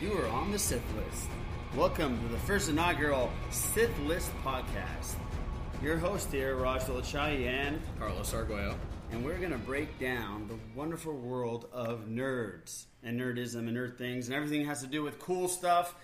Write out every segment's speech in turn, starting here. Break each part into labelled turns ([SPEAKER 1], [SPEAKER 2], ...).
[SPEAKER 1] You are on the Sith List. Welcome to the first inaugural Sith List podcast. Your host here, Raj Dolachai, and
[SPEAKER 2] Carlos Arguello.
[SPEAKER 1] and we're going to break down the wonderful world of nerds and nerdism and nerd things and everything that has to do with cool stuff.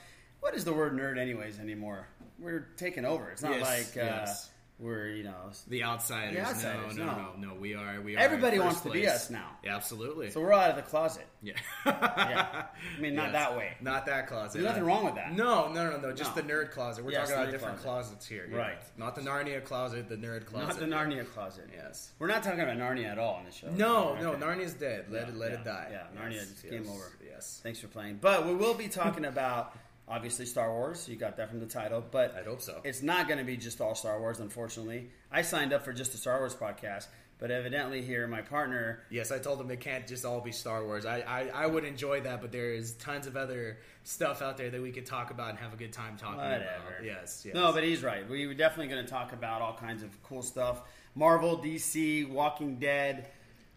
[SPEAKER 1] What is the word nerd, anyways, anymore? We're taking over. It's not
[SPEAKER 2] Yes,
[SPEAKER 1] like uh,
[SPEAKER 2] yes.
[SPEAKER 1] we're, you know.
[SPEAKER 2] The outsiders.
[SPEAKER 1] The outsiders,
[SPEAKER 2] no, no,
[SPEAKER 1] no.
[SPEAKER 2] no, no, We are. We are.
[SPEAKER 1] Everybody
[SPEAKER 2] in
[SPEAKER 1] wants
[SPEAKER 2] first
[SPEAKER 1] to be
[SPEAKER 2] place.
[SPEAKER 1] us now.
[SPEAKER 2] Yeah, absolutely.
[SPEAKER 1] So we're out of the closet.
[SPEAKER 2] yeah.
[SPEAKER 1] Yeah. I mean, not
[SPEAKER 2] Yes.
[SPEAKER 1] that way.
[SPEAKER 2] Not that closet.
[SPEAKER 1] There's nothing
[SPEAKER 2] Uh,
[SPEAKER 1] wrong with that.
[SPEAKER 2] No, no, no, no. Just
[SPEAKER 1] No.
[SPEAKER 2] the nerd closet. We're
[SPEAKER 1] Yes,
[SPEAKER 2] talking
[SPEAKER 1] nerd
[SPEAKER 2] about different
[SPEAKER 1] closet.
[SPEAKER 2] closet. closets here.
[SPEAKER 1] Right.
[SPEAKER 2] yes. Not the Narnia closet. The nerd closet.
[SPEAKER 1] Not the Narnia closet.
[SPEAKER 2] Yes.
[SPEAKER 1] We're not talking about Narnia at all on the show.
[SPEAKER 2] No,
[SPEAKER 1] Okay.
[SPEAKER 2] no. Narnia's dead. Let
[SPEAKER 1] Yeah,
[SPEAKER 2] it. Let
[SPEAKER 1] yeah,
[SPEAKER 2] it die.
[SPEAKER 1] yeah, Narnia,
[SPEAKER 2] Yes,
[SPEAKER 1] it's game
[SPEAKER 2] yes,
[SPEAKER 1] over.
[SPEAKER 2] Yes.
[SPEAKER 1] Thanks for playing. But we will be talking about obviously Star Wars. You got that from the title, but
[SPEAKER 2] I'd hope so.
[SPEAKER 1] It's not going to be just all Star Wars, unfortunately. I signed up for just a Star Wars podcast, but evidently here my partner.
[SPEAKER 2] Yes, I told them it can't just all be Star Wars. I, I, I would enjoy that, but there is tons of other stuff out there that we could talk about and have a good time talking
[SPEAKER 1] Whatever.
[SPEAKER 2] about. Yes, yes.
[SPEAKER 1] No, but he's right. We were definitely going to talk about all kinds of cool stuff: Marvel, DC, Walking Dead,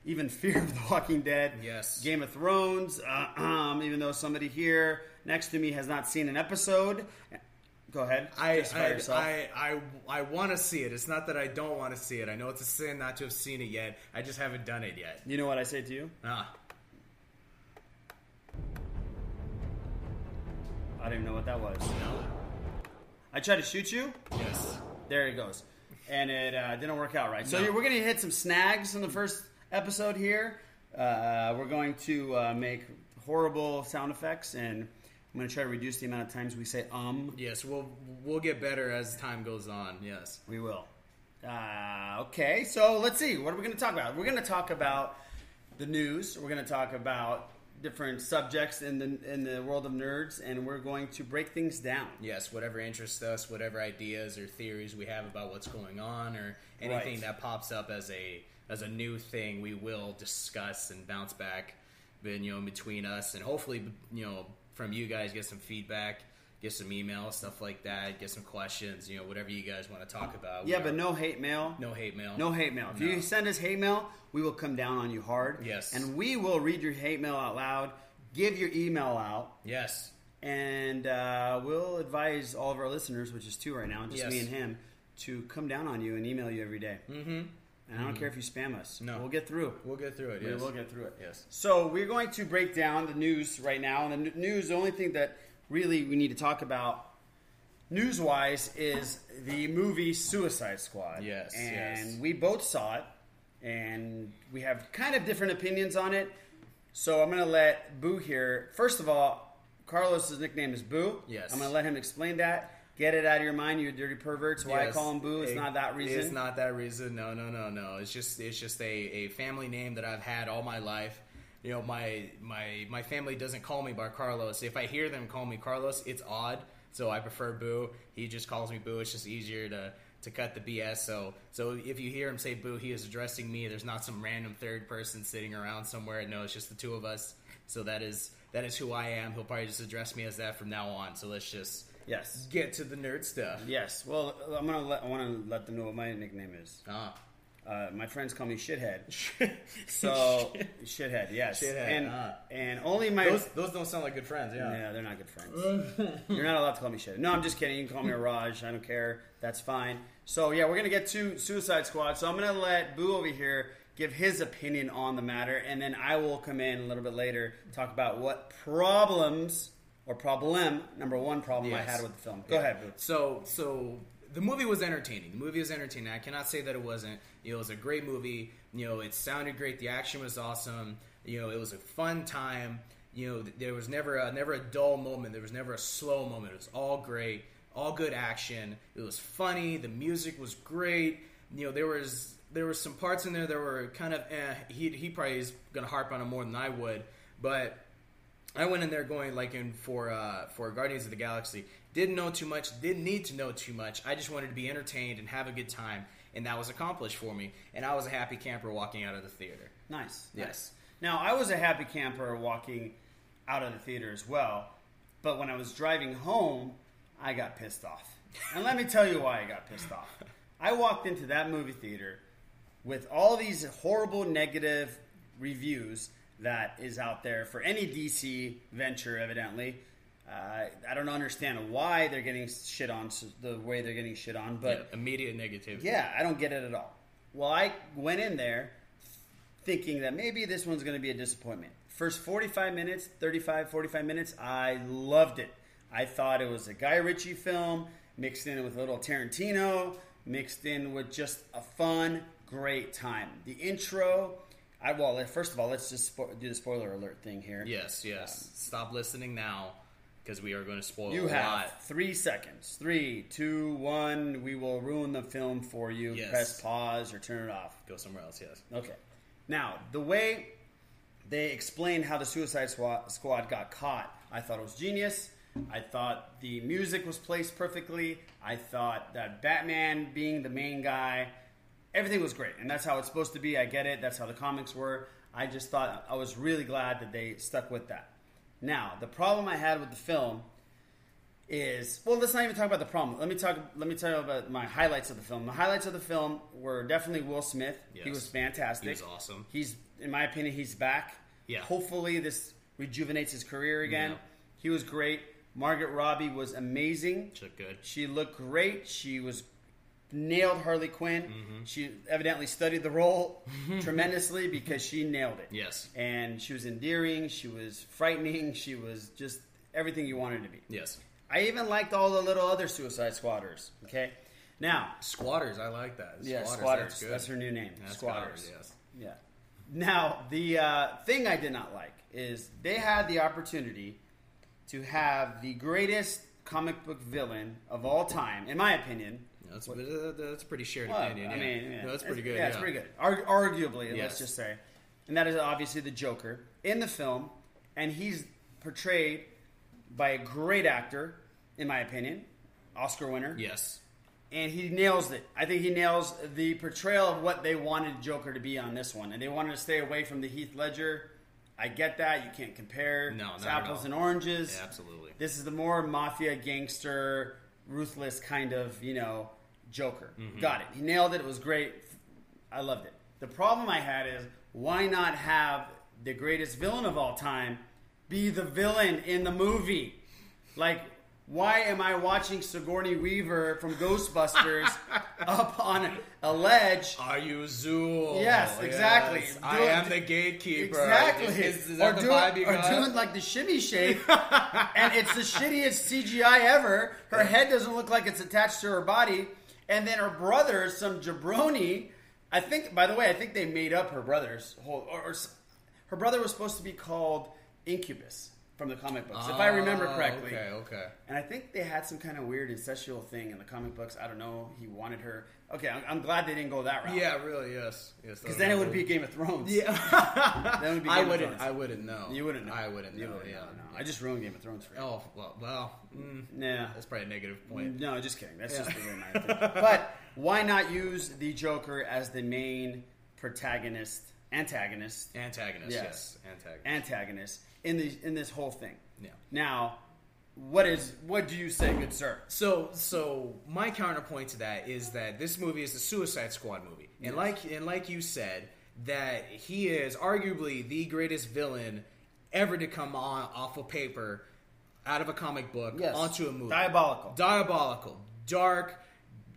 [SPEAKER 1] even Fear of the Walking Dead.
[SPEAKER 2] Yes.
[SPEAKER 1] Game of Thrones. Uh, even though somebody here next to me has not seen an episode, go ahead.
[SPEAKER 2] I,
[SPEAKER 1] Justify
[SPEAKER 2] I,
[SPEAKER 1] yourself.
[SPEAKER 2] I, I, I want to see it. It's not that I don't want to see it. I know it's a sin not to have seen it yet. I just haven't done it yet.
[SPEAKER 1] you know what I say to you?
[SPEAKER 2] Ah,
[SPEAKER 1] I don't even know what that was.
[SPEAKER 2] no.
[SPEAKER 1] I tried to shoot you.
[SPEAKER 2] Yes.
[SPEAKER 1] There it goes. And it uh, didn't work out right. So
[SPEAKER 2] No.
[SPEAKER 1] yeah, we're going to hit some snags in the first episode here. Uh, we're going to uh, make horrible sound effects, and I'm going to try to reduce the amount of times we say um.
[SPEAKER 2] Yes, we'll, we'll get better as time goes on. Yes.
[SPEAKER 1] We will. Uh, okay, so let's see. What are we going to talk about? We're going to talk about the news. We're going to talk about different subjects in the in the world of nerds, and we're going to break things down.
[SPEAKER 2] Yes, whatever interests us, whatever ideas or theories we have about what's going on, or anything
[SPEAKER 1] Right.
[SPEAKER 2] that pops up as a as a new thing, we will discuss and bounce back, then you know, between us, and hopefully, you know, from you guys, get some feedback, get some email, stuff like that, get some questions, you know, whatever you guys want to talk about.
[SPEAKER 1] Yeah,
[SPEAKER 2] We
[SPEAKER 1] but
[SPEAKER 2] are-
[SPEAKER 1] no hate mail.
[SPEAKER 2] no hate mail,
[SPEAKER 1] No hate mail. If
[SPEAKER 2] No.
[SPEAKER 1] you send us hate mail, we will come down on you hard.
[SPEAKER 2] Yes.
[SPEAKER 1] And we will read your hate mail out loud, give your email out,
[SPEAKER 2] Yes,
[SPEAKER 1] and uh, we'll advise all of our listeners, which is two right now, just
[SPEAKER 2] Yes.
[SPEAKER 1] me and him, to come down on you and email you every Mm-hmm. And I don't care if you spam us.
[SPEAKER 2] Mm-hmm. No.
[SPEAKER 1] We'll get through.
[SPEAKER 2] we'll get through it.
[SPEAKER 1] We
[SPEAKER 2] yes.
[SPEAKER 1] will get through it.
[SPEAKER 2] Yes.
[SPEAKER 1] So we're going to break down the news right now, and the n- news. The only thing that really we need to talk about, news-wise, is the movie Suicide Squad.
[SPEAKER 2] Yes,
[SPEAKER 1] And
[SPEAKER 2] yes.
[SPEAKER 1] we both saw it, and we have kind of different opinions on it. So I'm going to let Boo here. First of all, Carlos's nickname is Boo.
[SPEAKER 2] Yes.
[SPEAKER 1] I'm going to let him explain that. Get it out of your mind, you dirty perverts. Why I
[SPEAKER 2] Yes.
[SPEAKER 1] call him Boo? It's
[SPEAKER 2] It-
[SPEAKER 1] not that reason.
[SPEAKER 2] It's not that reason. No, no, no, no. It's just it's just a, a family name that I've had all my life. You know, my my my family doesn't call me by Carlos. If I hear them call me Carlos, it's odd. So I prefer Boo. He just calls me Boo. It's just easier to to cut the BS. So so if you hear him say Boo, he is addressing me. There's not some random third person sitting around somewhere. No, it's just the two of us. So that is that is who I am. He'll probably just address me as that from now on. So let's just
[SPEAKER 1] Yes.
[SPEAKER 2] get to the nerd stuff.
[SPEAKER 1] Yes. Well, I'm gonna let I want to let them know what my nickname is.
[SPEAKER 2] Ah.
[SPEAKER 1] Uh, my friends call me shithead. So shithead, yes.
[SPEAKER 2] Shithead,
[SPEAKER 1] and
[SPEAKER 2] ah.
[SPEAKER 1] and only my
[SPEAKER 2] those those don't sound like good friends. Yeah.
[SPEAKER 1] yeah, they're not good friends. You're not allowed to call me shithead. No, I'm just kidding. You can call me Raj. I don't care. That's fine. So yeah, we're gonna get to Suicide Squad. So I'm gonna let Boo over here give his opinion on the matter, and then I will come in a little bit later talk about what problems or problem number one problem I
[SPEAKER 2] Yes.
[SPEAKER 1] had with the film. Go ahead, Boo.
[SPEAKER 2] So so the movie was entertaining. The movie was entertaining. I cannot say that it wasn't. You know, it was a great movie. You know, it sounded great. The action was awesome. You know, it was a fun time. You know, th- there was never a, never a dull moment. There was never a slow moment. It was all great. All good action. It was funny. The music was great. You know, there was there were some parts in there that were kind of eh. He he probably is gonna harp on it more than I would, but I went in there going like in for uh, for Guardians of the Galaxy. Didn't know too much. Didn't need to know too much. I just wanted to be entertained and have a good time, and that was accomplished for me. And I was a happy camper walking out of the theater.
[SPEAKER 1] Nice.
[SPEAKER 2] Yes.
[SPEAKER 1] Nice. Now I was a happy camper walking out of the theater as well, but when I was driving home, I got pissed off. And let me tell you why I got pissed off. I walked into that movie theater with all these horrible negative reviews that is out there for any DC venture evidently. Uh, I don't understand why they're getting shit on s- the way they're getting shit on, but
[SPEAKER 2] Yeah, immediate negativity.
[SPEAKER 1] yeah, I don't get it at all. Well, I went in there thinking that maybe this one's going to be a disappointment. First 45 minutes, 35, 45 minutes, I loved it. I thought it was a Guy Ritchie film mixed in with a little Tarantino, mixed in with just a fun, great time. The intro, I well, first of all, let's just spo- do the spoiler alert thing here.
[SPEAKER 2] Yes, yes. Stop listening now because we are going to spoil
[SPEAKER 1] You
[SPEAKER 2] a
[SPEAKER 1] have
[SPEAKER 2] lot.
[SPEAKER 1] three seconds. Three, two, one. We will ruin the film for you.
[SPEAKER 2] Yes.
[SPEAKER 1] Press pause or turn it off.
[SPEAKER 2] Go somewhere else. Yes.
[SPEAKER 1] Okay. Now, the way they explained how the Suicide Swa- Squad got caught, I thought it was genius. I thought the music was placed perfectly. I thought that Batman being the main guy, everything was great. And that's how it's supposed to be. I get it. That's how the comics were. I just thought I was really glad that they stuck with that. Now, the problem I had with the film is well let's not even talk about the problem let me talk let me tell you about my highlights of the film the highlights of the film were definitely will smith he
[SPEAKER 2] Yes.
[SPEAKER 1] was fantastic
[SPEAKER 2] He was awesome.
[SPEAKER 1] he's in my opinion he's back
[SPEAKER 2] Yeah.
[SPEAKER 1] hopefully this rejuvenates his career again
[SPEAKER 2] Yeah.
[SPEAKER 1] he was great margaret robbie was amazing
[SPEAKER 2] She looked good.
[SPEAKER 1] she looked great she was nailed harley quinn
[SPEAKER 2] Mm-hmm.
[SPEAKER 1] she evidently studied the role tremendously because she nailed it
[SPEAKER 2] Yes.
[SPEAKER 1] and she was endearing she was frightening she was just everything you wanted her to be
[SPEAKER 2] Yes.
[SPEAKER 1] I even liked all the little other Suicide Squatters. Okay, now
[SPEAKER 2] Squatters. I like that.
[SPEAKER 1] yeah,
[SPEAKER 2] Squatters.
[SPEAKER 1] Squatters.
[SPEAKER 2] That's
[SPEAKER 1] That's,
[SPEAKER 2] good.
[SPEAKER 1] her new name.
[SPEAKER 2] That's
[SPEAKER 1] squatters.
[SPEAKER 2] Squatters, Yes.
[SPEAKER 1] Yeah. Now the uh, thing I did not like is they had the opportunity to have the greatest comic book villain of all time, in my opinion.
[SPEAKER 2] That's, uh, that's a pretty shared
[SPEAKER 1] Well,
[SPEAKER 2] opinion.
[SPEAKER 1] I
[SPEAKER 2] yeah.
[SPEAKER 1] mean,
[SPEAKER 2] No, that's pretty good.
[SPEAKER 1] Yeah, it's pretty good. Ar- arguably,
[SPEAKER 2] Yes.
[SPEAKER 1] let's just say, and that is obviously the Joker in the film, and he's portrayed by a great actor, in my opinion, Oscar winner.
[SPEAKER 2] Yes.
[SPEAKER 1] and he nails it. I think he nails the portrayal of what they wanted Joker to be on this one, and they wanted to stay away from the Heath Ledger. I get that you can't compare.
[SPEAKER 2] No,
[SPEAKER 1] It's
[SPEAKER 2] not at
[SPEAKER 1] apples
[SPEAKER 2] all.
[SPEAKER 1] and oranges.
[SPEAKER 2] Yeah, absolutely.
[SPEAKER 1] This is the more mafia gangster, ruthless kind of you know Joker.
[SPEAKER 2] Mm-hmm.
[SPEAKER 1] Got it. He nailed it. It was great. I loved it. The problem I had is why not have the greatest villain of all time be the villain in the movie? Like, why am I watching Sigourney Weaver from Ghostbusters up on a ledge?
[SPEAKER 2] Are you Zool?
[SPEAKER 1] Yes, exactly.
[SPEAKER 2] Yes,
[SPEAKER 1] Do
[SPEAKER 2] I
[SPEAKER 1] it-
[SPEAKER 2] am the gatekeeper.
[SPEAKER 1] Exactly.
[SPEAKER 2] Is, is, is that
[SPEAKER 1] or
[SPEAKER 2] the
[SPEAKER 1] doing,
[SPEAKER 2] vibe you
[SPEAKER 1] or
[SPEAKER 2] got?
[SPEAKER 1] doing like the shimmy shake, and it's the shittiest CGI ever. Her head doesn't look like it's attached to her body, and then her brother, is some jabroni. I think. By the way, I think they made up her brother's whole. Or, or s- her brother was supposed to be called Incubus from the comic books, if I remember
[SPEAKER 2] Ah,
[SPEAKER 1] correctly.
[SPEAKER 2] Okay. Okay.
[SPEAKER 1] And I think they had some kind of weird incestual thing in the comic books. I don't know. He wanted her. Okay, I'm, I'm glad they didn't go that route.
[SPEAKER 2] Yeah. Really. Yes. Yes.
[SPEAKER 1] Because then it would be Game of Thrones.
[SPEAKER 2] Yeah.
[SPEAKER 1] Then it would be Game
[SPEAKER 2] I
[SPEAKER 1] of
[SPEAKER 2] wouldn't.
[SPEAKER 1] Thrones.
[SPEAKER 2] I wouldn't know.
[SPEAKER 1] You wouldn't know.
[SPEAKER 2] I wouldn't know.
[SPEAKER 1] You wouldn't
[SPEAKER 2] yeah.
[SPEAKER 1] know, no. I just ruined Game of Thrones for you.
[SPEAKER 2] Oh well. Well. Mm,
[SPEAKER 1] Nah.
[SPEAKER 2] that's probably a negative point.
[SPEAKER 1] No, just kidding. That's just the way my opinion. But why not use the Joker as the main protagonist, antagonist,
[SPEAKER 2] Antagonist.
[SPEAKER 1] Yes.
[SPEAKER 2] Yes. Antagonist.
[SPEAKER 1] antagonist in the in this whole thing?
[SPEAKER 2] Yeah.
[SPEAKER 1] Now, what is what do you say, good sir?
[SPEAKER 2] So, so my counterpoint to that is that this movie is a Suicide Squad movie, and like and like you said, that he is arguably the greatest villain ever to come on off of paper, out of a comic book,
[SPEAKER 1] Yes.
[SPEAKER 2] onto a movie.
[SPEAKER 1] Diabolical.
[SPEAKER 2] diabolical, dark.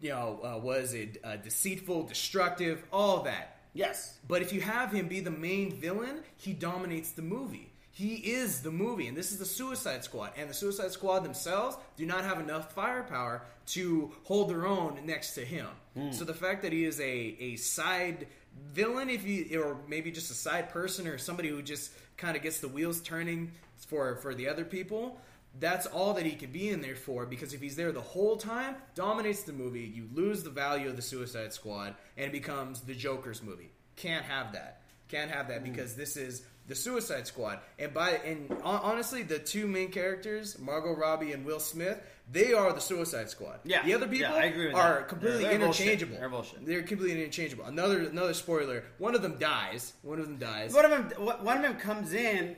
[SPEAKER 2] You know, uh, was it uh, deceitful, destructive, all that.
[SPEAKER 1] Yes.
[SPEAKER 2] But if you have him be the main villain, he dominates the movie. He is the movie, and this is the Suicide Squad. And the Suicide Squad themselves do not have enough firepower to hold their own next to him. So the fact that he is a, a side villain, if you or maybe just a side person or somebody who just kind of gets the wheels turning for for the other people, that's all that he could be in there for because if he's there the whole time, dominates the movie, you lose the value of the Suicide Squad and it becomes the Joker's movie. Can't have that. Can't have
[SPEAKER 1] Hmm.
[SPEAKER 2] that because this is the Suicide Squad. And by and hon- honestly, the two main characters, Margot Robbie and Will Smith, they are the Suicide Squad.
[SPEAKER 1] Yeah.
[SPEAKER 2] The other people
[SPEAKER 1] Yeah, I agree with
[SPEAKER 2] are
[SPEAKER 1] that.
[SPEAKER 2] completely
[SPEAKER 1] They're- they're bullshit.
[SPEAKER 2] interchangeable.
[SPEAKER 1] They're bullshit.
[SPEAKER 2] They're completely interchangeable. Another another spoiler. One of them dies. One of them dies.
[SPEAKER 1] One of them. One of them comes in.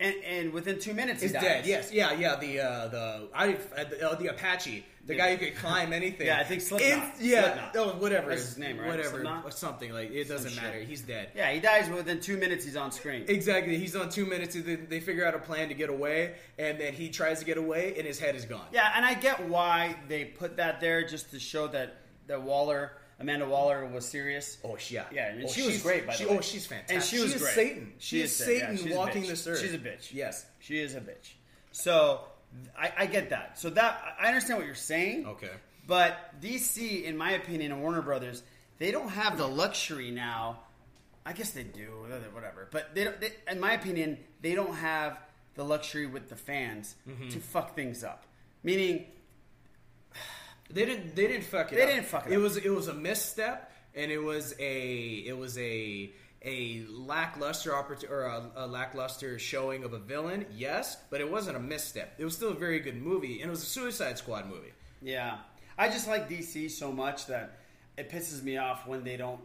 [SPEAKER 1] and, and within two minutes he
[SPEAKER 2] Is
[SPEAKER 1] dies.
[SPEAKER 2] dead. Yes. Yeah. Yeah. The uh, the I uh, the, uh, the Apache, the guy who could climb anything.
[SPEAKER 1] Yeah, I think Slipknot.
[SPEAKER 2] In- yeah.
[SPEAKER 1] Slipknot.
[SPEAKER 2] Oh, whatever.
[SPEAKER 1] That's his name, right?
[SPEAKER 2] Whatever.
[SPEAKER 1] Slipknot?
[SPEAKER 2] Or something like it doesn't
[SPEAKER 1] shit.
[SPEAKER 2] matter. He's dead.
[SPEAKER 1] Yeah, he dies within two minutes. He's on screen.
[SPEAKER 2] Exactly. He's on two minutes. and then They figure out a plan to get away, and then he tries to get away, and his head is gone.
[SPEAKER 1] Yeah, and I get why they put that there just to show that that Waller, Amanda Waller, was serious.
[SPEAKER 2] Oh, sh- yeah.
[SPEAKER 1] Yeah, and
[SPEAKER 2] oh,
[SPEAKER 1] she was
[SPEAKER 2] she's-
[SPEAKER 1] great, by the
[SPEAKER 2] she-
[SPEAKER 1] way.
[SPEAKER 2] Oh, she's fantastic.
[SPEAKER 1] And she was
[SPEAKER 2] is
[SPEAKER 1] great.
[SPEAKER 2] Satan. She, is,
[SPEAKER 1] yeah,
[SPEAKER 2] Satan
[SPEAKER 1] she's a
[SPEAKER 2] walking
[SPEAKER 1] bitch.
[SPEAKER 2] this earth.
[SPEAKER 1] She's a bitch.
[SPEAKER 2] Yes.
[SPEAKER 1] she is a bitch. So I, I get that. So that I understand what you're saying.
[SPEAKER 2] Okay.
[SPEAKER 1] But DC, in my opinion, and Warner Brothers, they don't have the luxury now. I guess they do, whatever. But they, don't, they in my opinion, they don't have the luxury with the fans to fuck things up. Meaning,
[SPEAKER 2] They didn't. They didn't fuck it.
[SPEAKER 1] They
[SPEAKER 2] up.
[SPEAKER 1] didn't fuck it
[SPEAKER 2] It
[SPEAKER 1] up.
[SPEAKER 2] was. It was a misstep, and it was a. It was a a lackluster opportu- or a, a lackluster showing of a villain. Yes, but it wasn't a misstep. It was still a very good movie, and it was a Suicide Squad movie.
[SPEAKER 1] Yeah. I just like DC so much that it pisses me off when they don't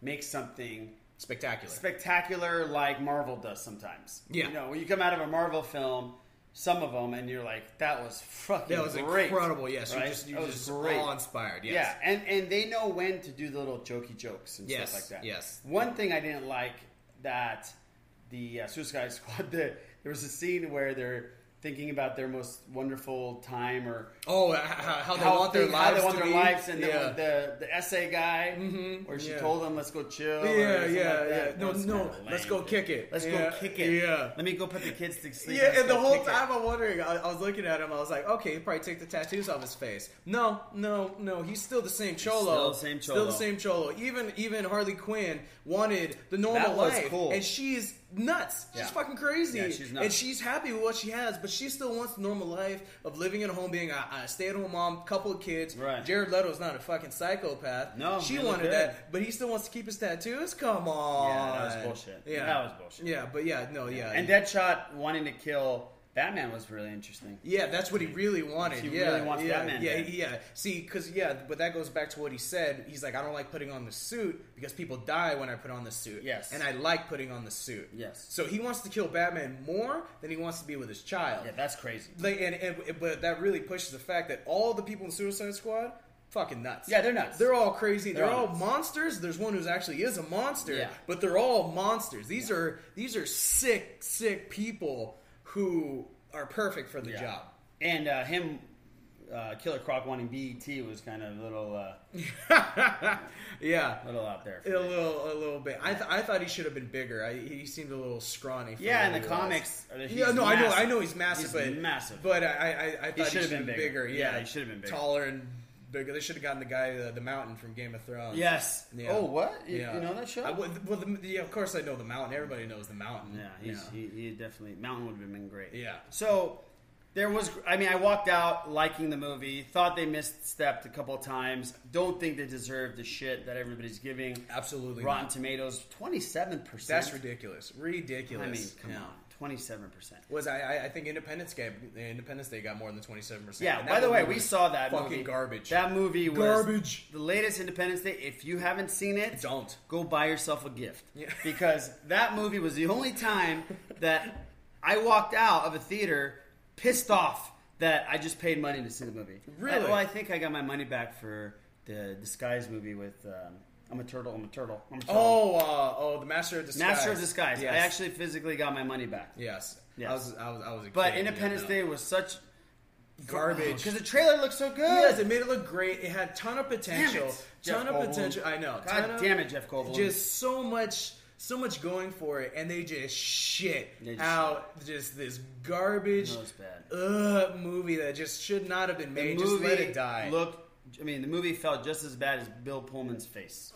[SPEAKER 1] make something
[SPEAKER 2] Spectacular.
[SPEAKER 1] spectacular like Marvel does sometimes.
[SPEAKER 2] Yeah.
[SPEAKER 1] You know, when you come out of a Marvel film, some of them, and you're like, that was fucking
[SPEAKER 2] that was
[SPEAKER 1] great.
[SPEAKER 2] incredible. Yes,
[SPEAKER 1] Right?
[SPEAKER 2] you just you
[SPEAKER 1] That was
[SPEAKER 2] just
[SPEAKER 1] great.
[SPEAKER 2] all inspired. Yes.
[SPEAKER 1] Yeah, and, and they know when to do the little jokey jokes and
[SPEAKER 2] Yes,
[SPEAKER 1] stuff like that.
[SPEAKER 2] yes.
[SPEAKER 1] One thing I didn't like that the uh, Suicide Squad, the, there was a scene where they're thinking about their most wonderful time or
[SPEAKER 2] Oh, h- h- how, how they want their
[SPEAKER 1] thing-
[SPEAKER 2] lives.
[SPEAKER 1] how they want
[SPEAKER 2] to
[SPEAKER 1] their
[SPEAKER 2] be.
[SPEAKER 1] lives, and
[SPEAKER 2] yeah. Mm-hmm.
[SPEAKER 1] the, the the essay guy, where she
[SPEAKER 2] yeah.
[SPEAKER 1] told him, "Let's go chill." or
[SPEAKER 2] Yeah,
[SPEAKER 1] something
[SPEAKER 2] yeah,
[SPEAKER 1] like that.
[SPEAKER 2] yeah. No,
[SPEAKER 1] That's
[SPEAKER 2] no,
[SPEAKER 1] kinda lame,
[SPEAKER 2] let's go
[SPEAKER 1] dude.
[SPEAKER 2] kick it.
[SPEAKER 1] Let's
[SPEAKER 2] Yeah,
[SPEAKER 1] go kick it.
[SPEAKER 2] yeah.
[SPEAKER 1] let me go put the kids to sleep.
[SPEAKER 2] Yeah,
[SPEAKER 1] Let's
[SPEAKER 2] and the
[SPEAKER 1] go
[SPEAKER 2] whole
[SPEAKER 1] kick it.
[SPEAKER 2] time I'm wondering, I, I was looking at him, I was like, okay, he probably take the tattoos off his face. No, no, no, he's still the same cholo.
[SPEAKER 1] still the same
[SPEAKER 2] Still
[SPEAKER 1] cholo.
[SPEAKER 2] the same cholo. Even even Harley Quinn wanted the normal
[SPEAKER 1] That was
[SPEAKER 2] life,
[SPEAKER 1] cool.
[SPEAKER 2] and she's nuts. She's
[SPEAKER 1] Yeah.
[SPEAKER 2] fucking crazy,
[SPEAKER 1] Yeah, she's nuts.
[SPEAKER 2] and she's happy with what she has, but she still wants the normal life of living at home, being a, a stay-at-home mom, couple of kids.
[SPEAKER 1] Right.
[SPEAKER 2] Jared Leto's not a fucking psychopath.
[SPEAKER 1] No,
[SPEAKER 2] she
[SPEAKER 1] he looked
[SPEAKER 2] wanted
[SPEAKER 1] good.
[SPEAKER 2] that, but he still wants to keep his tattoos. Come on,
[SPEAKER 1] that was bullshit.
[SPEAKER 2] Yeah,
[SPEAKER 1] That was bullshit.
[SPEAKER 2] Yeah, but yeah, no, yeah,
[SPEAKER 1] and Deadshot wanting to kill Batman was really interesting.
[SPEAKER 2] yeah, that's what he really wanted.
[SPEAKER 1] He
[SPEAKER 2] yeah,
[SPEAKER 1] really wants
[SPEAKER 2] yeah,
[SPEAKER 1] Batman
[SPEAKER 2] Yeah,
[SPEAKER 1] dead.
[SPEAKER 2] yeah. See, because yeah, but that goes back to what he said. He's like, I don't like putting on the suit because people die when I put on the suit.
[SPEAKER 1] Yes.
[SPEAKER 2] and I like putting on the suit.
[SPEAKER 1] Yes.
[SPEAKER 2] So he wants to kill Batman more than he wants to be with his child.
[SPEAKER 1] Yeah, that's crazy.
[SPEAKER 2] like, and, and but that really pushes the fact that all the people in Suicide Squad. Fucking nuts.
[SPEAKER 1] Yeah, they're nuts.
[SPEAKER 2] They're all crazy. They're,
[SPEAKER 1] They're all
[SPEAKER 2] all
[SPEAKER 1] nuts.
[SPEAKER 2] monsters. There's one who's actually is a monster,
[SPEAKER 1] Yeah.
[SPEAKER 2] but they're all monsters. These are these are sick, sick people who are perfect for the
[SPEAKER 1] Yeah.
[SPEAKER 2] job.
[SPEAKER 1] And uh, him, uh, Killer Croc wanting BET was kind of a little uh,
[SPEAKER 2] Yeah,
[SPEAKER 1] little out there. for
[SPEAKER 2] a
[SPEAKER 1] me.
[SPEAKER 2] little, a little bit. I, th- I thought he should have been bigger. I, he seemed a little scrawny. for
[SPEAKER 1] Yeah,
[SPEAKER 2] what
[SPEAKER 1] in the
[SPEAKER 2] he was.
[SPEAKER 1] comics, uh, he's
[SPEAKER 2] yeah, no, I know, I
[SPEAKER 1] massive.
[SPEAKER 2] know he's massive,
[SPEAKER 1] He's
[SPEAKER 2] but
[SPEAKER 1] massive.
[SPEAKER 2] But I, I, I thought he should have been bigger. Yeah,
[SPEAKER 1] he should've been bigger.
[SPEAKER 2] taller and bigger. They should have gotten the guy, uh, the mountain from Game of Thrones.
[SPEAKER 1] Yes.
[SPEAKER 2] Yeah.
[SPEAKER 1] Oh, what? You,
[SPEAKER 2] Yeah.
[SPEAKER 1] you know that show?
[SPEAKER 2] I would- well, the, yeah, of course I know the mountain. Everybody knows the mountain.
[SPEAKER 1] Yeah, he's, He, he definitely Mountain would have been great.
[SPEAKER 2] Yeah.
[SPEAKER 1] So there was, I mean, I walked out liking the movie. Thought they misstepped a couple of times. Don't think they deserve the shit that everybody's giving.
[SPEAKER 2] absolutely.
[SPEAKER 1] Rotten
[SPEAKER 2] not.
[SPEAKER 1] Tomatoes, twenty seven percent.
[SPEAKER 2] That's ridiculous.
[SPEAKER 1] I
[SPEAKER 2] Ridiculous.
[SPEAKER 1] mean, come
[SPEAKER 2] Yeah.
[SPEAKER 1] on, twenty seven percent.
[SPEAKER 2] Was I- I? I think Independence Day. Independence Day got more than twenty seven percent.
[SPEAKER 1] Yeah. By the way, we saw that
[SPEAKER 2] fucking
[SPEAKER 1] movie.
[SPEAKER 2] garbage.
[SPEAKER 1] That movie was
[SPEAKER 2] Garbage.
[SPEAKER 1] The latest Independence Day. If you haven't seen it,
[SPEAKER 2] don't.
[SPEAKER 1] go buy yourself a gift
[SPEAKER 2] Yeah.
[SPEAKER 1] because that movie was the only time that I walked out of a theater pissed off that I just paid money to see the movie.
[SPEAKER 2] Really?
[SPEAKER 1] I, well, I think I got my money back for the disguise movie with um, I'm a turtle. I'm a turtle. I'm a turtle.
[SPEAKER 2] Oh, uh, oh, the Master of Disguise.
[SPEAKER 1] Master of Disguise.
[SPEAKER 2] Yes.
[SPEAKER 1] I actually physically got my money back.
[SPEAKER 2] Yes.
[SPEAKER 1] Yes.
[SPEAKER 2] I was. I was. I was a
[SPEAKER 1] But
[SPEAKER 2] kid,
[SPEAKER 1] Independence
[SPEAKER 2] yeah,
[SPEAKER 1] Day
[SPEAKER 2] no.
[SPEAKER 1] was such
[SPEAKER 2] Garbage.
[SPEAKER 1] because the trailer looked so good.
[SPEAKER 2] Yes, it made it look great. It had ton of potential.
[SPEAKER 1] Jeff
[SPEAKER 2] Ton of
[SPEAKER 1] Goldblum.
[SPEAKER 2] potential. I know.
[SPEAKER 1] God
[SPEAKER 2] ton of-
[SPEAKER 1] damn it, Jeff Goldblum.
[SPEAKER 2] Just so much, so much going for it, and they just shit
[SPEAKER 1] They just
[SPEAKER 2] out just this garbage,
[SPEAKER 1] No, it's bad.
[SPEAKER 2] ugh, movie that just should not have been made. Just let it die.
[SPEAKER 1] Looked. I mean, the movie felt just as bad as Bill Pullman's face.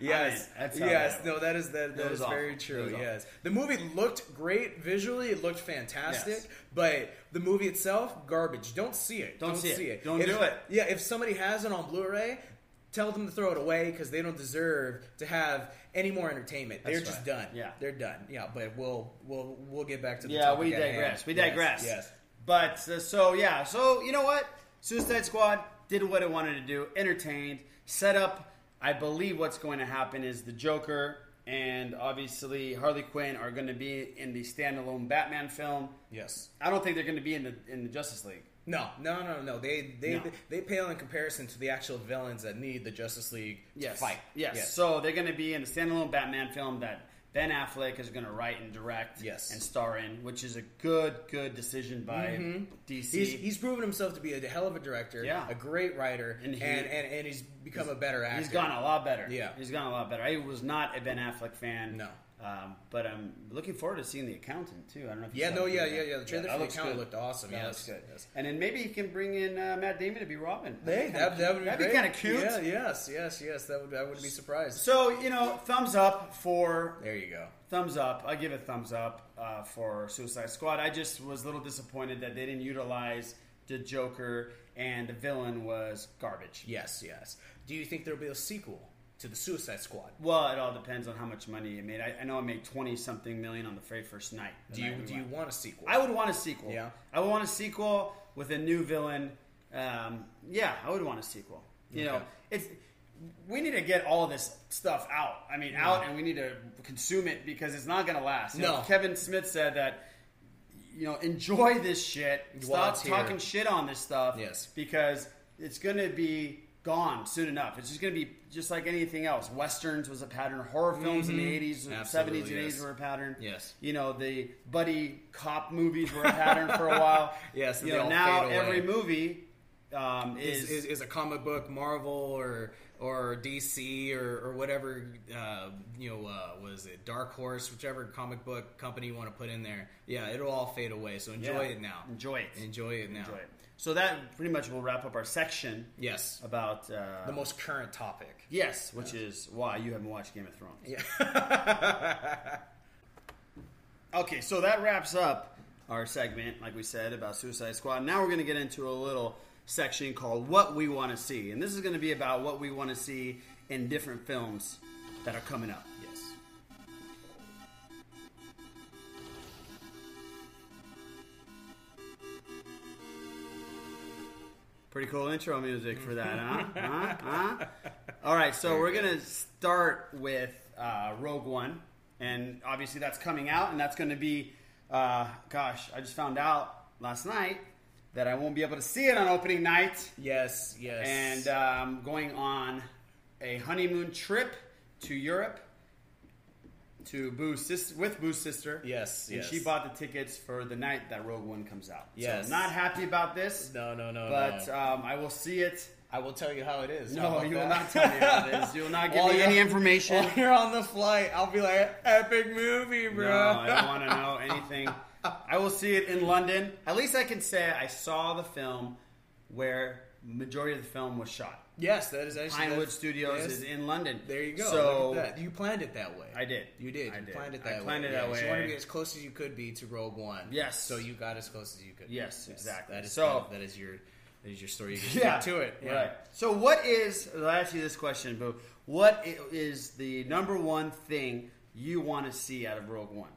[SPEAKER 2] Yes,
[SPEAKER 1] I mean, that's how
[SPEAKER 2] yes,
[SPEAKER 1] bad it
[SPEAKER 2] no, that is that, that
[SPEAKER 1] was
[SPEAKER 2] is very
[SPEAKER 1] awful. It
[SPEAKER 2] true.
[SPEAKER 1] was awful.
[SPEAKER 2] Yes, the movie looked great visually; it looked fantastic,
[SPEAKER 1] Yes.
[SPEAKER 2] but the movie itself, garbage. Don't see it.
[SPEAKER 1] Don't see it. Don't
[SPEAKER 2] If-
[SPEAKER 1] do it.
[SPEAKER 2] Yeah, if somebody has it on Blu-ray, tell them to throw it away because they don't deserve to have any more entertainment. They're
[SPEAKER 1] That's
[SPEAKER 2] just
[SPEAKER 1] right.
[SPEAKER 2] done.
[SPEAKER 1] Yeah.
[SPEAKER 2] they're done. Yeah, but we'll we'll we'll get back to the
[SPEAKER 1] yeah,
[SPEAKER 2] topic
[SPEAKER 1] we
[SPEAKER 2] at hand.
[SPEAKER 1] digress. We
[SPEAKER 2] Yes,
[SPEAKER 1] digress.
[SPEAKER 2] Yes.
[SPEAKER 1] But uh, so yeah, so you know what? Suicide Squad did what it wanted to do, entertained, set up. I believe what's going to happen is the Joker and obviously Harley Quinn are going to be in the standalone Batman film.
[SPEAKER 2] Yes.
[SPEAKER 1] I don't think they're going to be in the in the Justice League.
[SPEAKER 2] No, no, no, no. They they
[SPEAKER 1] No.
[SPEAKER 2] they pale in comparison to the actual villains that need the Justice League to fight.
[SPEAKER 1] Yes. So they're going to be in a standalone Batman film that Ben Affleck is going to write and direct
[SPEAKER 2] Yes.
[SPEAKER 1] and star in, which is a good, good decision by DC.
[SPEAKER 2] Mm-hmm. He's, he's proven himself to be a hell of a director,
[SPEAKER 1] Yeah.
[SPEAKER 2] a great writer,
[SPEAKER 1] And he-
[SPEAKER 2] and, and, and, he's become a better actor.
[SPEAKER 1] He's gone a lot better.
[SPEAKER 2] Yeah.
[SPEAKER 1] He's gone a lot better. I was not a Ben Affleck fan.
[SPEAKER 2] No.
[SPEAKER 1] Um, but I'm looking forward to seeing The Accountant, too. I don't know if you
[SPEAKER 2] Yeah,
[SPEAKER 1] saw
[SPEAKER 2] no,
[SPEAKER 1] the
[SPEAKER 2] yeah,
[SPEAKER 1] trailer.
[SPEAKER 2] yeah, yeah. The trailer
[SPEAKER 1] that
[SPEAKER 2] for The
[SPEAKER 1] looks
[SPEAKER 2] Accountant
[SPEAKER 1] good.
[SPEAKER 2] looked awesome,
[SPEAKER 1] That
[SPEAKER 2] yes,
[SPEAKER 1] looks good.
[SPEAKER 2] yes.
[SPEAKER 1] And then maybe he can bring in uh, Matt Damon to be Robin.
[SPEAKER 2] Hey, that, that would be
[SPEAKER 1] That'd be
[SPEAKER 2] great.
[SPEAKER 1] kind of cute.
[SPEAKER 2] Yeah, yes, yes, yes. That would I would be surprised.
[SPEAKER 1] So, you know, thumbs up for
[SPEAKER 2] There you go.
[SPEAKER 1] Thumbs up. I give a thumbs up uh, for Suicide Squad. I just was a little disappointed that they didn't utilize the Joker and the villain was garbage.
[SPEAKER 2] Yes, yes. Do you think there'll be a sequel to the Suicide Squad?
[SPEAKER 1] Well, it all depends on how much money it made. I, I know it made twenty something million on the very first night. the
[SPEAKER 2] Do you
[SPEAKER 1] night we
[SPEAKER 2] do you
[SPEAKER 1] went.
[SPEAKER 2] want a sequel?
[SPEAKER 1] I would want a sequel.
[SPEAKER 2] Yeah.
[SPEAKER 1] I would want a sequel with a new villain. Um, yeah, I would want a sequel. You know,
[SPEAKER 2] Okay.
[SPEAKER 1] it's we need to get all this stuff out. I mean, out, and we need to consume it because it's not going to last. You
[SPEAKER 2] No.
[SPEAKER 1] know, Kevin Smith said that. You know, enjoy this shit.
[SPEAKER 2] While
[SPEAKER 1] Stop
[SPEAKER 2] it's here.
[SPEAKER 1] talking shit on this stuff.
[SPEAKER 2] Yes.
[SPEAKER 1] because it's going to be gone soon enough. It's just going to be just like anything else. Westerns was a pattern. Horror films in the '80s, and
[SPEAKER 2] Mm-hmm. Absolutely,
[SPEAKER 1] '70s, and
[SPEAKER 2] yes.
[SPEAKER 1] '80s were a pattern.
[SPEAKER 2] Yes.
[SPEAKER 1] You know, the buddy cop movies were a pattern for a while.
[SPEAKER 2] Yes,
[SPEAKER 1] You
[SPEAKER 2] they
[SPEAKER 1] know,
[SPEAKER 2] all
[SPEAKER 1] now
[SPEAKER 2] fade away.
[SPEAKER 1] every movie um,
[SPEAKER 2] is,
[SPEAKER 1] is,
[SPEAKER 2] is, is a comic book Marvel or or DC or, or whatever uh, you know uh, was it Dark Horse, whichever comic book company you want to put in there. Yeah, it'll all fade away. So enjoy
[SPEAKER 1] Yeah.
[SPEAKER 2] it now.
[SPEAKER 1] Enjoy it.
[SPEAKER 2] Enjoy it now.
[SPEAKER 1] Enjoy it. So that pretty much will wrap up our section
[SPEAKER 2] Yes,
[SPEAKER 1] about uh,
[SPEAKER 2] the most current topic.
[SPEAKER 1] yes, which is why you haven't watched Game of Thrones.
[SPEAKER 2] Yeah.
[SPEAKER 1] Okay, so that wraps up our segment, like we said, about Suicide Squad. Now we're going to get into a little section called What We Want to See. And this is going to be about what we want to see in different films that are coming up.
[SPEAKER 2] Yes.
[SPEAKER 1] Pretty cool intro music for that, huh? huh? Huh? All right, so we're going to start with uh, Rogue One. And obviously, that's coming out, and that's going to be, uh, gosh, I just found out last night that I won't be able to see it on opening night.
[SPEAKER 2] Yes. Yes.
[SPEAKER 1] and um, going on a honeymoon trip to Europe to Boo's sis- with Boo's sister.
[SPEAKER 2] Yes,
[SPEAKER 1] and
[SPEAKER 2] yes.
[SPEAKER 1] she bought the tickets for the night that Rogue One comes out.
[SPEAKER 2] Yes.
[SPEAKER 1] so not happy about this,
[SPEAKER 2] no, no, no.
[SPEAKER 1] but
[SPEAKER 2] no.
[SPEAKER 1] um, I will see it.
[SPEAKER 2] uh, I will tell you how it is. How
[SPEAKER 1] No,
[SPEAKER 2] about
[SPEAKER 1] you will
[SPEAKER 2] that?
[SPEAKER 1] not tell me how it is. You will not give
[SPEAKER 2] While
[SPEAKER 1] me
[SPEAKER 2] you're-
[SPEAKER 1] any information.
[SPEAKER 2] While you're on the flight, I'll be like, epic movie, bro.
[SPEAKER 1] No, I don't want to know anything. I will see it in London. At least I can say I saw the film where majority of the film was shot.
[SPEAKER 2] Yes, that is actually
[SPEAKER 1] Pinewood
[SPEAKER 2] that's-
[SPEAKER 1] Studios
[SPEAKER 2] yes.
[SPEAKER 1] is in London.
[SPEAKER 2] There you go.
[SPEAKER 1] So
[SPEAKER 2] Look at that. you planned it that way.
[SPEAKER 1] I did.
[SPEAKER 2] You did.
[SPEAKER 1] I
[SPEAKER 2] you
[SPEAKER 1] did.
[SPEAKER 2] planned it
[SPEAKER 1] I
[SPEAKER 2] that way.
[SPEAKER 1] planned it that
[SPEAKER 2] Yes,
[SPEAKER 1] way.
[SPEAKER 2] You wanted to get as close as you could be to Rogue One.
[SPEAKER 1] Yes.
[SPEAKER 2] So you got as close as you could.
[SPEAKER 1] Yes, exactly.
[SPEAKER 2] That is
[SPEAKER 1] So-
[SPEAKER 2] kind of- that is your that is your story. You can
[SPEAKER 1] yeah.
[SPEAKER 2] stick to it. Yeah.
[SPEAKER 1] Right. So, what is? I'll ask you this question, Boo. What i- is the number one thing you want to see out of Rogue One?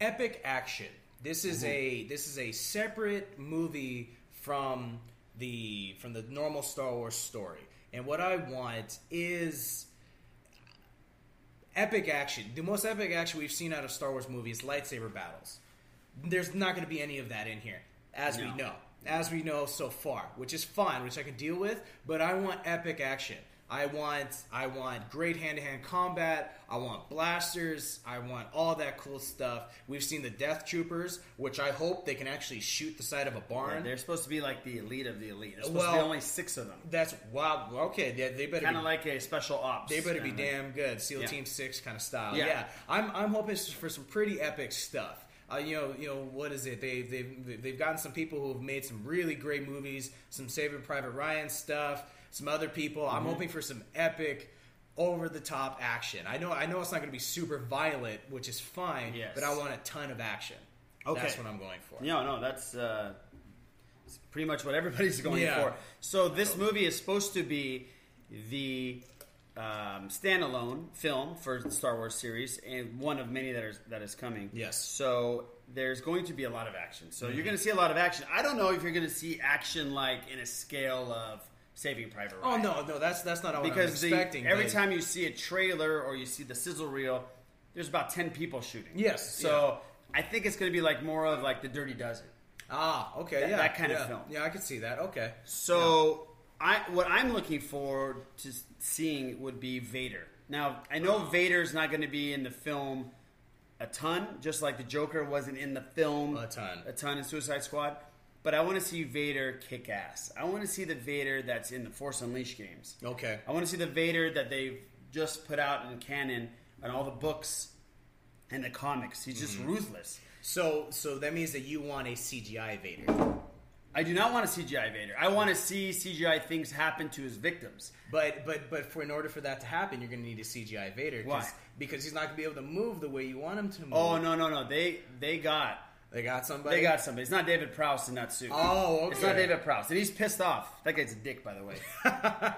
[SPEAKER 2] Epic action. This is a this is a separate movie from the from the normal Star Wars story. And what I want is epic action. The most epic action we've seen out of Star Wars movies, lightsaber battles. There's not going to be any of that in here, as
[SPEAKER 1] No.
[SPEAKER 2] we know, as we know so far, which is fine, which I can deal with. But I want epic action. I want, I want great hand-to-hand combat. I want blasters. I want all that cool stuff. We've seen the Death Troopers, which I hope they can actually shoot the side of a barn.
[SPEAKER 1] They're supposed to be like the elite of the elite. There's supposed to be
[SPEAKER 2] Well-
[SPEAKER 1] only six of them.
[SPEAKER 2] That's wow. Okay, they, they better
[SPEAKER 1] Kind
[SPEAKER 2] be
[SPEAKER 1] of like a special ops.
[SPEAKER 2] They better be
[SPEAKER 1] kinda.
[SPEAKER 2] damn good, SEAL
[SPEAKER 1] Yeah.
[SPEAKER 2] Team Six kind of style.
[SPEAKER 1] Yeah.
[SPEAKER 2] Yeah, I'm I'm hoping for some pretty epic stuff. Uh, you know, you know what is it? They've they've they've gotten some people who have made some really great movies, some Saving Private Ryan stuff, some other people. I'm
[SPEAKER 1] Mm-hmm.
[SPEAKER 2] hoping for some epic, over the top action. I know I know it's not going to be super violent, which is fine.
[SPEAKER 1] Yes.
[SPEAKER 2] but I want a ton of action.
[SPEAKER 1] Okay.
[SPEAKER 2] that's what I'm going for.
[SPEAKER 1] No, no, that's uh, it's pretty much what everybody's going
[SPEAKER 2] Yeah.
[SPEAKER 1] for. So this movie is supposed to be the um, standalone film for the Star Wars series, and one of many that is that is coming.
[SPEAKER 2] Yes.
[SPEAKER 1] So there's going to be Mm-hmm. a lot of action. So you're going to see a lot of action. I don't know if you're going to see action like in a scale of Saving Private
[SPEAKER 2] Oh
[SPEAKER 1] Ryan.
[SPEAKER 2] no, no, that's that's not what I'm
[SPEAKER 1] because the,
[SPEAKER 2] expecting.
[SPEAKER 1] every
[SPEAKER 2] but-
[SPEAKER 1] time you see a trailer or you see the sizzle reel, there's about ten people shooting.
[SPEAKER 2] Yes,
[SPEAKER 1] so I think it's going to be like more of like the Dirty Dozen.
[SPEAKER 2] ah, okay,
[SPEAKER 1] That-
[SPEAKER 2] yeah,
[SPEAKER 1] that kind of
[SPEAKER 2] yeah.
[SPEAKER 1] film.
[SPEAKER 2] Yeah, I could see that. Okay,
[SPEAKER 1] So I what I'm looking forward to seeing would be Vader. Now I know Vader's not going to be in the film a ton, just like the Joker wasn't in the film
[SPEAKER 2] A ton.
[SPEAKER 1] a ton in Suicide Squad. But I want to see Vader kick ass. I want to see the Vader that's in the Force Unleashed games.
[SPEAKER 2] okay,
[SPEAKER 1] I want to see the Vader that they've just put out in canon and all the books and the comics. He's just
[SPEAKER 2] Mm-hmm.
[SPEAKER 1] ruthless.
[SPEAKER 2] so so that means that you want a CGI Vader,
[SPEAKER 1] I do not want to CGI Vader. I want to see CGI things happen to his victims.
[SPEAKER 2] but but but for in order for that to happen, you're going to need a CGI Vader. 'cause-
[SPEAKER 1] Why?
[SPEAKER 2] Because he's not going to be able to move the way you want him to move.
[SPEAKER 1] Oh no no no! They they got
[SPEAKER 2] they got somebody.
[SPEAKER 1] they got somebody. It's not David Prowse in that suit.
[SPEAKER 2] Oh, okay.
[SPEAKER 1] It's not David Prowse, and he's pissed off. That guy's a dick, by the way.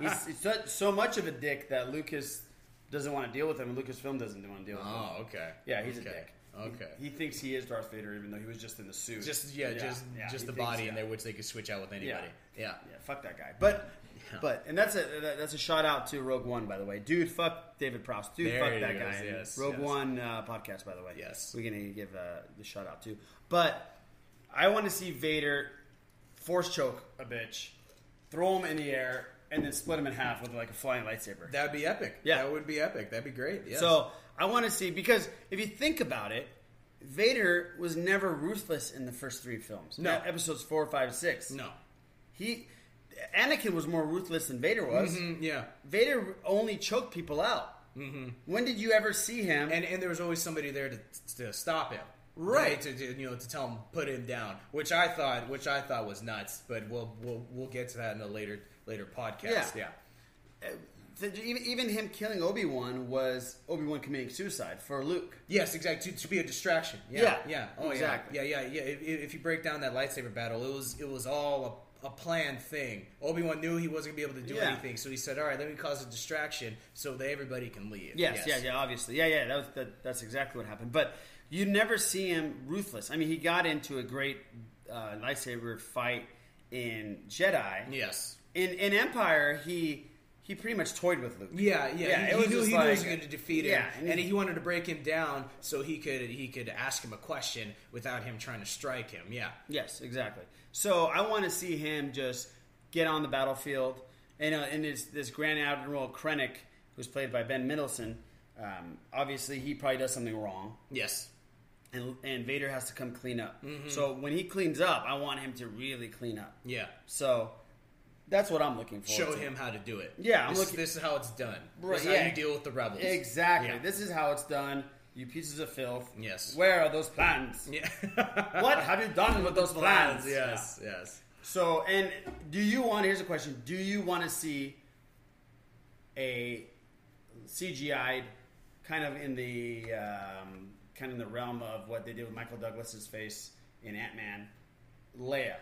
[SPEAKER 1] he's, he's so, so much of a dick that Lucas doesn't want to deal with him, and Lucasfilm doesn't want to deal with him.
[SPEAKER 2] Oh, okay.
[SPEAKER 1] Yeah, he's
[SPEAKER 2] okay.
[SPEAKER 1] a dick.
[SPEAKER 2] Okay.
[SPEAKER 1] He thinks he is Darth Vader, even though he was just in the suit.
[SPEAKER 2] just yeah, just
[SPEAKER 1] yeah,
[SPEAKER 2] just
[SPEAKER 1] he
[SPEAKER 2] the
[SPEAKER 1] thinks-
[SPEAKER 2] body in
[SPEAKER 1] yeah.
[SPEAKER 2] there, which they could switch out with anybody. Yeah.
[SPEAKER 1] Yeah, fuck that guy. But
[SPEAKER 2] Yeah.
[SPEAKER 1] but and that's a that- that's a shout out to Rogue One by the way, dude. Fuck David Prowse, dude.
[SPEAKER 2] There
[SPEAKER 1] fuck
[SPEAKER 2] it
[SPEAKER 1] that
[SPEAKER 2] is,
[SPEAKER 1] guy.
[SPEAKER 2] yes,
[SPEAKER 1] Rogue
[SPEAKER 2] yes.
[SPEAKER 1] One uh, podcast by the way.
[SPEAKER 2] Yes.
[SPEAKER 1] we're gonna give uh, the shout out too. But I want to see Vader force choke a bitch, throw him in the air, and then split him in half with like a flying lightsaber.
[SPEAKER 2] That'd be epic.
[SPEAKER 1] Yeah.
[SPEAKER 2] That would be epic. That'd be great. Yes.
[SPEAKER 1] So I want to see because if you think about it, Vader was never ruthless in the first three films.
[SPEAKER 2] No.
[SPEAKER 1] Not episodes four, five, six.
[SPEAKER 2] no.
[SPEAKER 1] He Anakin was more ruthless than Vader was.
[SPEAKER 2] Mm, Yeah.
[SPEAKER 1] Vader only choked people out. Mm-hmm. When did you ever see him?
[SPEAKER 2] And and there was always somebody there to, to stop him.
[SPEAKER 1] Right.
[SPEAKER 2] To, to you know to tell him put him down, which I thought which I thought was nuts, but we'll we'll we'll get to that in a later later podcast.
[SPEAKER 1] Yeah. Th- even, even him killing Obi Wan was Obi Wan committing suicide for Luke.
[SPEAKER 2] Yes, exactly. To, to be a distraction. Yeah. Yeah.
[SPEAKER 1] Yeah,
[SPEAKER 2] Oh,
[SPEAKER 1] exactly.
[SPEAKER 2] yeah. Yeah, yeah, yeah. If, if if you break down that lightsaber battle, it was it was all a, a planned thing. Obi Wan knew he wasn't gonna be able to do
[SPEAKER 1] Yeah.
[SPEAKER 2] anything, so he said, "All right, let me cause a distraction so that everybody can leave."
[SPEAKER 1] Yes, yeah, yeah, obviously, yeah, yeah. That was that, that's exactly what happened. But you never see him ruthless. I mean, he got into a great uh, lightsaber fight in Jedi.
[SPEAKER 2] Yes.
[SPEAKER 1] In in Empire, he he pretty much toyed with Luke.
[SPEAKER 2] Yeah, yeah.
[SPEAKER 1] Yeah,
[SPEAKER 2] He-
[SPEAKER 1] it
[SPEAKER 2] he,
[SPEAKER 1] was
[SPEAKER 2] knew
[SPEAKER 1] just
[SPEAKER 2] he, knew he was
[SPEAKER 1] like-
[SPEAKER 2] going to defeat him,
[SPEAKER 1] Yeah,
[SPEAKER 2] and,
[SPEAKER 1] and
[SPEAKER 2] he,
[SPEAKER 1] he-
[SPEAKER 2] wanted to break him down so he could he could ask him a question without him trying to strike him. Yeah,
[SPEAKER 1] Yes, exactly. So I want to see him just get on the battlefield, and uh, and this, this Grand Admiral Krennic, who's played by Ben Mendelsohn, um, obviously he probably does something wrong,
[SPEAKER 2] yes,
[SPEAKER 1] and and Vader has to come clean up.
[SPEAKER 2] Mm-hmm.
[SPEAKER 1] So when he cleans up, I want him to really clean up.
[SPEAKER 2] yeah.
[SPEAKER 1] So that's what I'm looking for.
[SPEAKER 2] Show him how to do it.
[SPEAKER 1] Yeah, I'm
[SPEAKER 2] this,
[SPEAKER 1] looking-
[SPEAKER 2] this is how it's done.
[SPEAKER 1] Right,
[SPEAKER 2] this is how
[SPEAKER 1] yeah.
[SPEAKER 2] you deal with the rebels.
[SPEAKER 1] exactly.
[SPEAKER 2] Yeah.
[SPEAKER 1] This is how it's done. You pieces of filth.
[SPEAKER 2] Yes.
[SPEAKER 1] Where are those plans?
[SPEAKER 2] yeah.
[SPEAKER 1] What have you done with those plans?
[SPEAKER 2] Yes, yes.
[SPEAKER 1] So, and do you want? Here's a question: Do you want to see a CGI'd kind of in the um, kind of in the realm of what they did with Michael Douglas's face in Ant Man, Leia,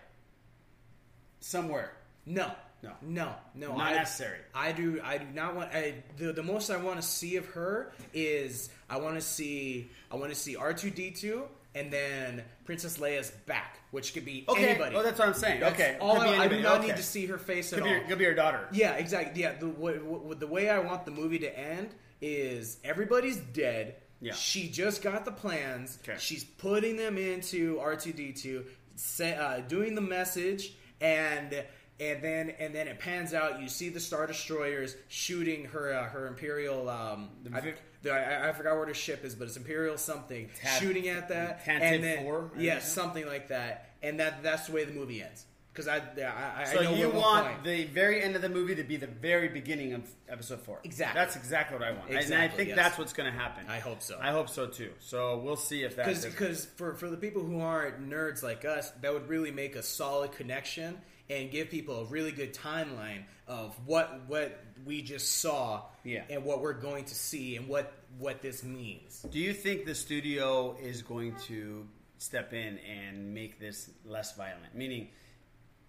[SPEAKER 1] somewhere?
[SPEAKER 2] No.
[SPEAKER 1] No.
[SPEAKER 2] No. No.
[SPEAKER 1] Not
[SPEAKER 2] I,
[SPEAKER 1] necessary.
[SPEAKER 2] I do. I do not want. I, the the most I want to see of her is I want to see I want to see R two D two and then Princess Leia's back, which could be
[SPEAKER 1] Okay,
[SPEAKER 2] anybody.
[SPEAKER 1] well, Oh, that's what I'm saying.
[SPEAKER 2] That's
[SPEAKER 1] okay,
[SPEAKER 2] All
[SPEAKER 1] Could be
[SPEAKER 2] I, I do
[SPEAKER 1] anybody.
[SPEAKER 2] not
[SPEAKER 1] Okay.
[SPEAKER 2] need to see her face
[SPEAKER 1] Could
[SPEAKER 2] at
[SPEAKER 1] be,
[SPEAKER 2] all.
[SPEAKER 1] your, could be your daughter.
[SPEAKER 2] Yeah, exactly. Yeah, the, w- the way I want the movie to end is everybody's dead.
[SPEAKER 1] Yeah.
[SPEAKER 2] She just got the plans.
[SPEAKER 1] Okay.
[SPEAKER 2] She's putting them into R2D2, say, uh, doing the message, and and then and then it pans out. You see the Star Destroyers shooting her uh, her Imperial. Um,
[SPEAKER 1] The
[SPEAKER 2] I,
[SPEAKER 1] Vic-
[SPEAKER 2] the- I, I forgot what her ship is, but it's Imperial something
[SPEAKER 1] Tat-
[SPEAKER 2] shooting at that,
[SPEAKER 1] Tat-
[SPEAKER 2] and
[SPEAKER 1] Tat
[SPEAKER 2] then
[SPEAKER 1] four, I
[SPEAKER 2] yeah,
[SPEAKER 1] think.
[SPEAKER 2] something like that, and that that's the way the movie ends. Because I, I, I
[SPEAKER 1] So
[SPEAKER 2] I know
[SPEAKER 1] you
[SPEAKER 2] we're one
[SPEAKER 1] want
[SPEAKER 2] point.
[SPEAKER 1] the very end of the movie to be the very beginning of episode four.
[SPEAKER 2] Exactly.
[SPEAKER 1] That's exactly what I want. and I
[SPEAKER 2] Exactly,
[SPEAKER 1] think
[SPEAKER 2] yes.
[SPEAKER 1] that's what's going to happen.
[SPEAKER 2] I hope so.
[SPEAKER 1] I hope so too. So we'll see if that's
[SPEAKER 2] because for, for the people who aren't nerds like us that would really make a solid connection and give people a really good timeline of what what we just saw
[SPEAKER 1] Yeah.
[SPEAKER 2] and what we're going to see and what what this means
[SPEAKER 1] Do you think the studio is going to step in and make this less violent? Meaning,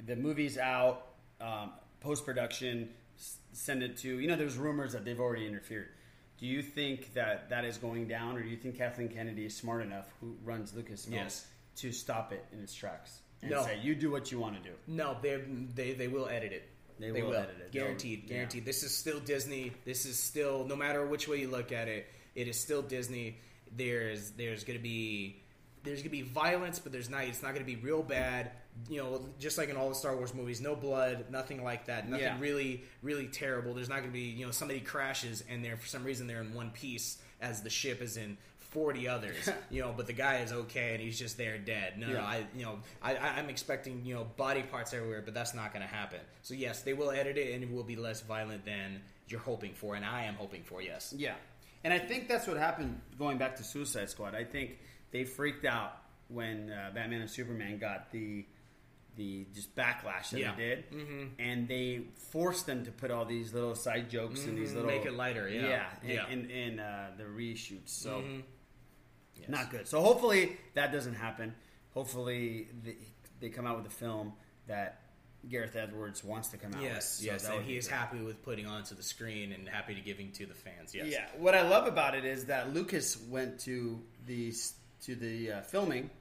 [SPEAKER 1] the movie's out, um, post production, send it to. You know, there's rumors that they've already interfered. Do you think that that is going down, or do you think Kathleen Kennedy is smart enough, who runs Lucasfilm,
[SPEAKER 2] Yes.
[SPEAKER 1] to stop it in its tracks and
[SPEAKER 2] No.
[SPEAKER 1] say, "You do what you want to do"?
[SPEAKER 2] no they they, they will edit it
[SPEAKER 1] They,
[SPEAKER 2] They
[SPEAKER 1] will,
[SPEAKER 2] will.
[SPEAKER 1] edit it. They'll-
[SPEAKER 2] Guaranteed.
[SPEAKER 1] yeah.
[SPEAKER 2] Guaranteed. This is still Disney. This is still no matter which way you look at it, it is still Disney. There's there's gonna be there's gonna be violence, but there's not. It's not gonna be real bad. You know, just like in all the Star Wars movies, no blood, nothing like that. Nothing
[SPEAKER 1] Yeah.
[SPEAKER 2] really really terrible. There's not gonna be you know somebody crashes and they're for some reason they're in one piece as the ship is in. 40 others you know but the guy is okay and he's just there dead no no
[SPEAKER 1] Yeah.
[SPEAKER 2] i you know I, I i'm expecting you know body parts everywhere but that's not going to happen so yes they will edit it and it will be less violent than you're hoping for and i am hoping for yes
[SPEAKER 1] Yeah. And I think that's what happened going back to Suicide Squad. I think they freaked out when uh, Batman and Superman got the the just backlash that
[SPEAKER 2] Yeah. Mm-hmm.
[SPEAKER 1] they did. And they forced them to put all these little side jokes and these little.
[SPEAKER 2] Mm-hmm. Make it lighter, yeah.
[SPEAKER 1] Yeah. In,
[SPEAKER 2] Yeah. Mm-hmm.
[SPEAKER 1] in, in, uh, the reshoots. So
[SPEAKER 2] Yes.
[SPEAKER 1] not good. So hopefully that doesn't happen. Hopefully the, they come out with a film that Gareth Edwards wants to come out with.
[SPEAKER 2] yes
[SPEAKER 1] So
[SPEAKER 2] yes
[SPEAKER 1] that
[SPEAKER 2] and
[SPEAKER 1] would
[SPEAKER 2] he
[SPEAKER 1] be
[SPEAKER 2] is
[SPEAKER 1] great.
[SPEAKER 2] happy with putting onto the screen and happy to giving to the fans yes
[SPEAKER 1] Yeah. What I love about it is that Lucas went to the to the uh, filming,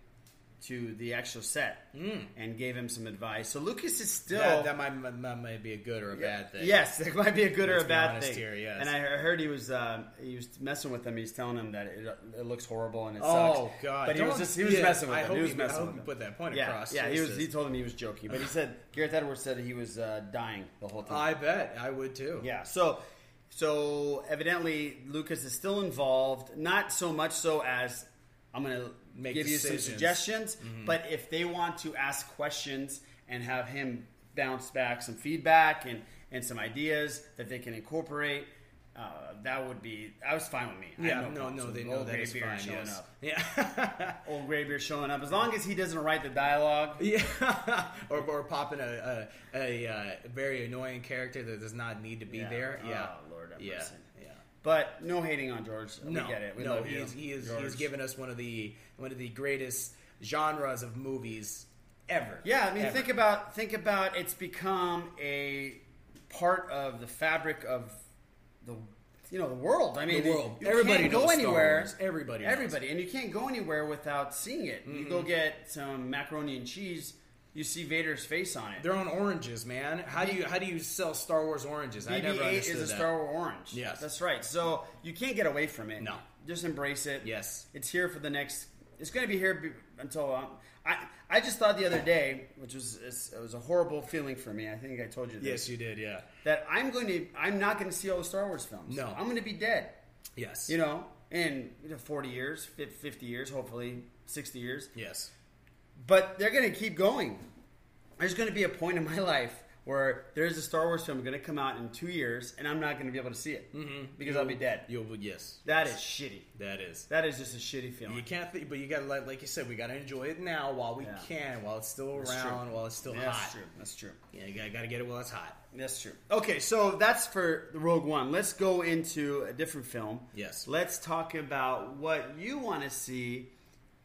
[SPEAKER 1] to the actual set, and gave him some advice. So Lucas is still.
[SPEAKER 2] Hmm. that, that might, might, might- might be a good or a bad thing
[SPEAKER 1] Yes, that might be a good
[SPEAKER 2] Let's
[SPEAKER 1] or a
[SPEAKER 2] be
[SPEAKER 1] bad
[SPEAKER 2] honest
[SPEAKER 1] thing.
[SPEAKER 2] here, yes.
[SPEAKER 1] And I he- heard he was uh, he was messing with him. He's telling him that it, it looks horrible and it sucks.
[SPEAKER 2] Oh God!
[SPEAKER 1] But he was
[SPEAKER 2] Don't-
[SPEAKER 1] just he was
[SPEAKER 2] yeah,
[SPEAKER 1] messing with
[SPEAKER 2] I
[SPEAKER 1] him.
[SPEAKER 2] Hope
[SPEAKER 1] he was
[SPEAKER 2] you,
[SPEAKER 1] messing
[SPEAKER 2] I hope
[SPEAKER 1] with
[SPEAKER 2] you
[SPEAKER 1] him.
[SPEAKER 2] put that point
[SPEAKER 1] yeah,
[SPEAKER 2] across.
[SPEAKER 1] yeah. He was.
[SPEAKER 2] Jesus.
[SPEAKER 1] He told him he was joking, but he said Gareth Edwards said he was uh, dying the whole time.
[SPEAKER 2] I bet I would too.
[SPEAKER 1] Yeah. So, so evidently Lucas is still involved. Not so much so as I'm going to
[SPEAKER 2] Make
[SPEAKER 1] give you some
[SPEAKER 2] decisions. Mm-hmm.
[SPEAKER 1] suggestions, but if they want to ask questions and have him bounce back some feedback and and some ideas that they can incorporate. Uh, that would be. I was fine with me. I
[SPEAKER 2] Yeah,
[SPEAKER 1] have
[SPEAKER 2] no,
[SPEAKER 1] problems
[SPEAKER 2] no,
[SPEAKER 1] with
[SPEAKER 2] they
[SPEAKER 1] old
[SPEAKER 2] know that
[SPEAKER 1] Gray
[SPEAKER 2] is
[SPEAKER 1] Beard
[SPEAKER 2] fine.
[SPEAKER 1] showing
[SPEAKER 2] Yes.
[SPEAKER 1] up.
[SPEAKER 2] Yeah.
[SPEAKER 1] Old Graybeard showing up. As long as he doesn't write the dialogue.
[SPEAKER 2] Yeah, or, or popping a a, a uh, very annoying character that does not need to be
[SPEAKER 1] Yeah.
[SPEAKER 2] there. Yeah,
[SPEAKER 1] Oh, Lord have
[SPEAKER 2] yeah,
[SPEAKER 1] mercy.
[SPEAKER 2] yeah.
[SPEAKER 1] But no hating on George.
[SPEAKER 2] No,
[SPEAKER 1] we get it. We
[SPEAKER 2] no,
[SPEAKER 1] love
[SPEAKER 2] he
[SPEAKER 1] you,
[SPEAKER 2] is he is he is
[SPEAKER 1] George.
[SPEAKER 2] giving us one of the one of the greatest genres of movies ever.
[SPEAKER 1] Yeah, I mean,
[SPEAKER 2] Ever.
[SPEAKER 1] think about think about it's become a part of the fabric of the you know the world. I mean,
[SPEAKER 2] The world.
[SPEAKER 1] you
[SPEAKER 2] Everybody
[SPEAKER 1] can't
[SPEAKER 2] knows
[SPEAKER 1] go
[SPEAKER 2] Star
[SPEAKER 1] anywhere.
[SPEAKER 2] Wars. Everybody knows.
[SPEAKER 1] everybody, and you can't go anywhere without seeing it. You go get some macaroni and cheese. You see Vader's face on it.
[SPEAKER 2] they're on oranges, man. How do you how do you sell Star Wars oranges? I never
[SPEAKER 1] BB-8
[SPEAKER 2] understood
[SPEAKER 1] is a
[SPEAKER 2] that.
[SPEAKER 1] Star Wars orange.
[SPEAKER 2] Yes.
[SPEAKER 1] that's right. So you can't get away from it.
[SPEAKER 2] No.
[SPEAKER 1] just embrace it.
[SPEAKER 2] Yes.
[SPEAKER 1] it's here for the next. It's going to be here be- until um, I. I just thought the other day, which was it's- it was a horrible feeling for me. I think I told you this.
[SPEAKER 2] Yes, you did. Yeah.
[SPEAKER 1] that I'm going to I'm not going to see all the Star Wars films.
[SPEAKER 2] No.
[SPEAKER 1] I'm going to be dead.
[SPEAKER 2] Yes.
[SPEAKER 1] You know, in you know, 40 years, fif- 50 years, hopefully 60 years.
[SPEAKER 2] Yes.
[SPEAKER 1] But they're going to keep going. There's going to be a point in my life where there's a Star Wars film going to come out in two years, and I'm not going to be able to see it mm-hmm. because I'll be dead.
[SPEAKER 2] You'll yes.
[SPEAKER 1] That is shitty.
[SPEAKER 2] That is.
[SPEAKER 1] That is just a shitty feeling.
[SPEAKER 2] You can't, think, but you got to like, like you said, we got to enjoy it now while we
[SPEAKER 1] Yeah.
[SPEAKER 2] can, while it's still
[SPEAKER 1] That's
[SPEAKER 2] around,
[SPEAKER 1] true.
[SPEAKER 2] while it's still
[SPEAKER 1] That's
[SPEAKER 2] hot.
[SPEAKER 1] true. That's true.
[SPEAKER 2] Yeah, you got to get it while it's hot.
[SPEAKER 1] That's true. Okay, so that's for the Rogue One. Let's go into a different film.
[SPEAKER 2] Yes.
[SPEAKER 1] Let's talk about what you want to see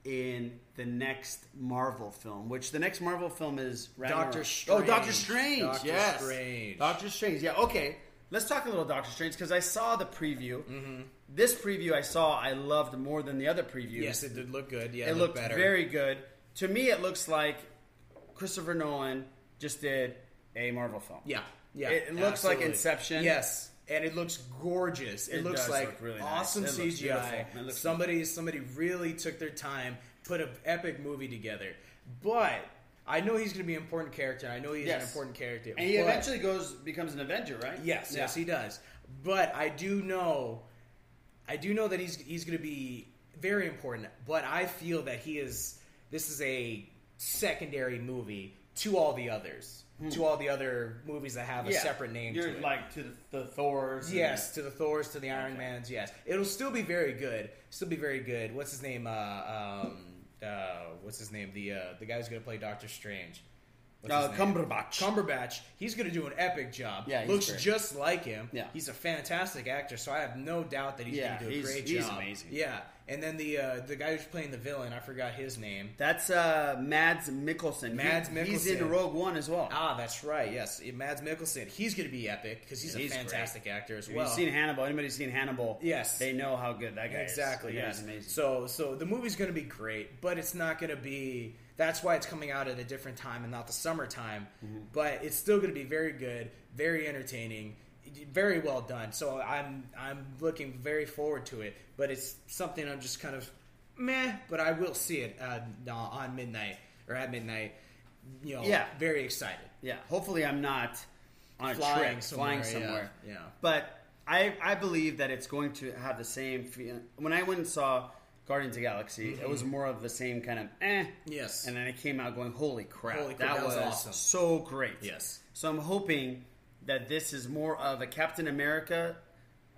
[SPEAKER 1] in the next Marvel film, which the next Marvel film is Ragnarok.
[SPEAKER 2] Doctor
[SPEAKER 1] Oh, Doctor
[SPEAKER 2] Strange.
[SPEAKER 1] Strange.
[SPEAKER 2] Doctor
[SPEAKER 1] yes.
[SPEAKER 2] Strange.
[SPEAKER 1] Doctor Strange. Yeah. Okay. Let's talk a little Doctor Strange because I saw the preview.
[SPEAKER 2] Mm-hmm.
[SPEAKER 1] This preview I saw I loved more than the other previews.
[SPEAKER 2] Yes, it did look good. Yeah,
[SPEAKER 1] It looked
[SPEAKER 2] better.
[SPEAKER 1] very good. To me, it looks like Christopher Nolan just did a Marvel film.
[SPEAKER 2] Yeah, yeah.
[SPEAKER 1] It- it looks like
[SPEAKER 2] absolutely.
[SPEAKER 1] Inception.
[SPEAKER 2] Yes, and it looks gorgeous. It,
[SPEAKER 1] It
[SPEAKER 2] looks
[SPEAKER 1] does
[SPEAKER 2] like
[SPEAKER 1] look really nice.
[SPEAKER 2] awesome
[SPEAKER 1] It looks
[SPEAKER 2] CGI.
[SPEAKER 1] beautiful. It looks
[SPEAKER 2] somebody, somebody really took their time, put an epic movie together. But I know he's going to be an important character. I know he's
[SPEAKER 1] Yes.
[SPEAKER 2] an important character.
[SPEAKER 1] And he
[SPEAKER 2] but-
[SPEAKER 1] eventually goes becomes an Avenger, right?
[SPEAKER 2] Yes,
[SPEAKER 1] Yeah.
[SPEAKER 2] yes, he does. But I do know, I do know that he's he's going to be very important. But I feel that he is. This is a secondary movie to all the others, to all the other movies that have
[SPEAKER 1] Hmm. Yeah.
[SPEAKER 2] a separate name.
[SPEAKER 1] You're
[SPEAKER 2] to it.
[SPEAKER 1] like to the, the Thors. and-
[SPEAKER 2] Yes, to the Thors, to the Iron
[SPEAKER 1] Okay.
[SPEAKER 2] Mans. Yes, it'll still be very good. Still be very good. What's his name? Uh, um, uh, what's his name? The uh, the guy who's gonna play Doctor Strange. What's
[SPEAKER 1] Uh,
[SPEAKER 2] his name?
[SPEAKER 1] Cumberbatch.
[SPEAKER 2] Cumberbatch. He's gonna do an epic job.
[SPEAKER 1] Yeah, he's
[SPEAKER 2] looks
[SPEAKER 1] great.
[SPEAKER 2] just like him.
[SPEAKER 1] Yeah.
[SPEAKER 2] he's a fantastic actor, so I have no doubt that he's
[SPEAKER 1] Yeah,
[SPEAKER 2] gonna do a
[SPEAKER 1] he's-
[SPEAKER 2] great
[SPEAKER 1] he's
[SPEAKER 2] job.
[SPEAKER 1] amazing.
[SPEAKER 2] Yeah, And then the uh, the guy who's playing the villain, I forgot his name.
[SPEAKER 1] That's uh, Mads Mikkelsen. He-
[SPEAKER 2] Mads
[SPEAKER 1] He's in
[SPEAKER 2] Mikkelsen.
[SPEAKER 1] Rogue One as well.
[SPEAKER 2] Ah, that's right. Yes, Mads Mikkelsen. He's going to be epic because he's
[SPEAKER 1] Yeah,
[SPEAKER 2] a
[SPEAKER 1] he's
[SPEAKER 2] fantastic actor as
[SPEAKER 1] If
[SPEAKER 2] well.
[SPEAKER 1] you've seen Hannibal, anybody's seen Hannibal,
[SPEAKER 2] Yes.
[SPEAKER 1] they know how good that guy
[SPEAKER 2] exactly.
[SPEAKER 1] is. That guy's
[SPEAKER 2] yes.
[SPEAKER 1] amazing.
[SPEAKER 2] So so the movie's going to be great, but it's not going to be. That's why it's coming out at a different time and not the summertime.
[SPEAKER 1] Mm-hmm.
[SPEAKER 2] But it's still going to be very good, very entertaining, very well done. So I'm I'm looking very forward to it. But it's something I'm just kind of meh. But I will see it uh, on midnight or at midnight. You know,
[SPEAKER 1] Yeah.
[SPEAKER 2] very excited.
[SPEAKER 1] Yeah, hopefully I'm not on a
[SPEAKER 2] Flying
[SPEAKER 1] trip
[SPEAKER 2] somewhere,
[SPEAKER 1] flying
[SPEAKER 2] yeah,
[SPEAKER 1] somewhere.
[SPEAKER 2] yeah.
[SPEAKER 1] But I I believe that it's going to have the same feel. When I went and saw Guardians of the Galaxy, it was more of the same kind of eh.
[SPEAKER 2] Mm-hmm. Yes.
[SPEAKER 1] And then I came out going, holy crap,
[SPEAKER 2] Holy crap,
[SPEAKER 1] that,
[SPEAKER 2] that was
[SPEAKER 1] was,
[SPEAKER 2] awesome.
[SPEAKER 1] so great.
[SPEAKER 2] Yes.
[SPEAKER 1] So I'm hoping that this is more of a Captain America,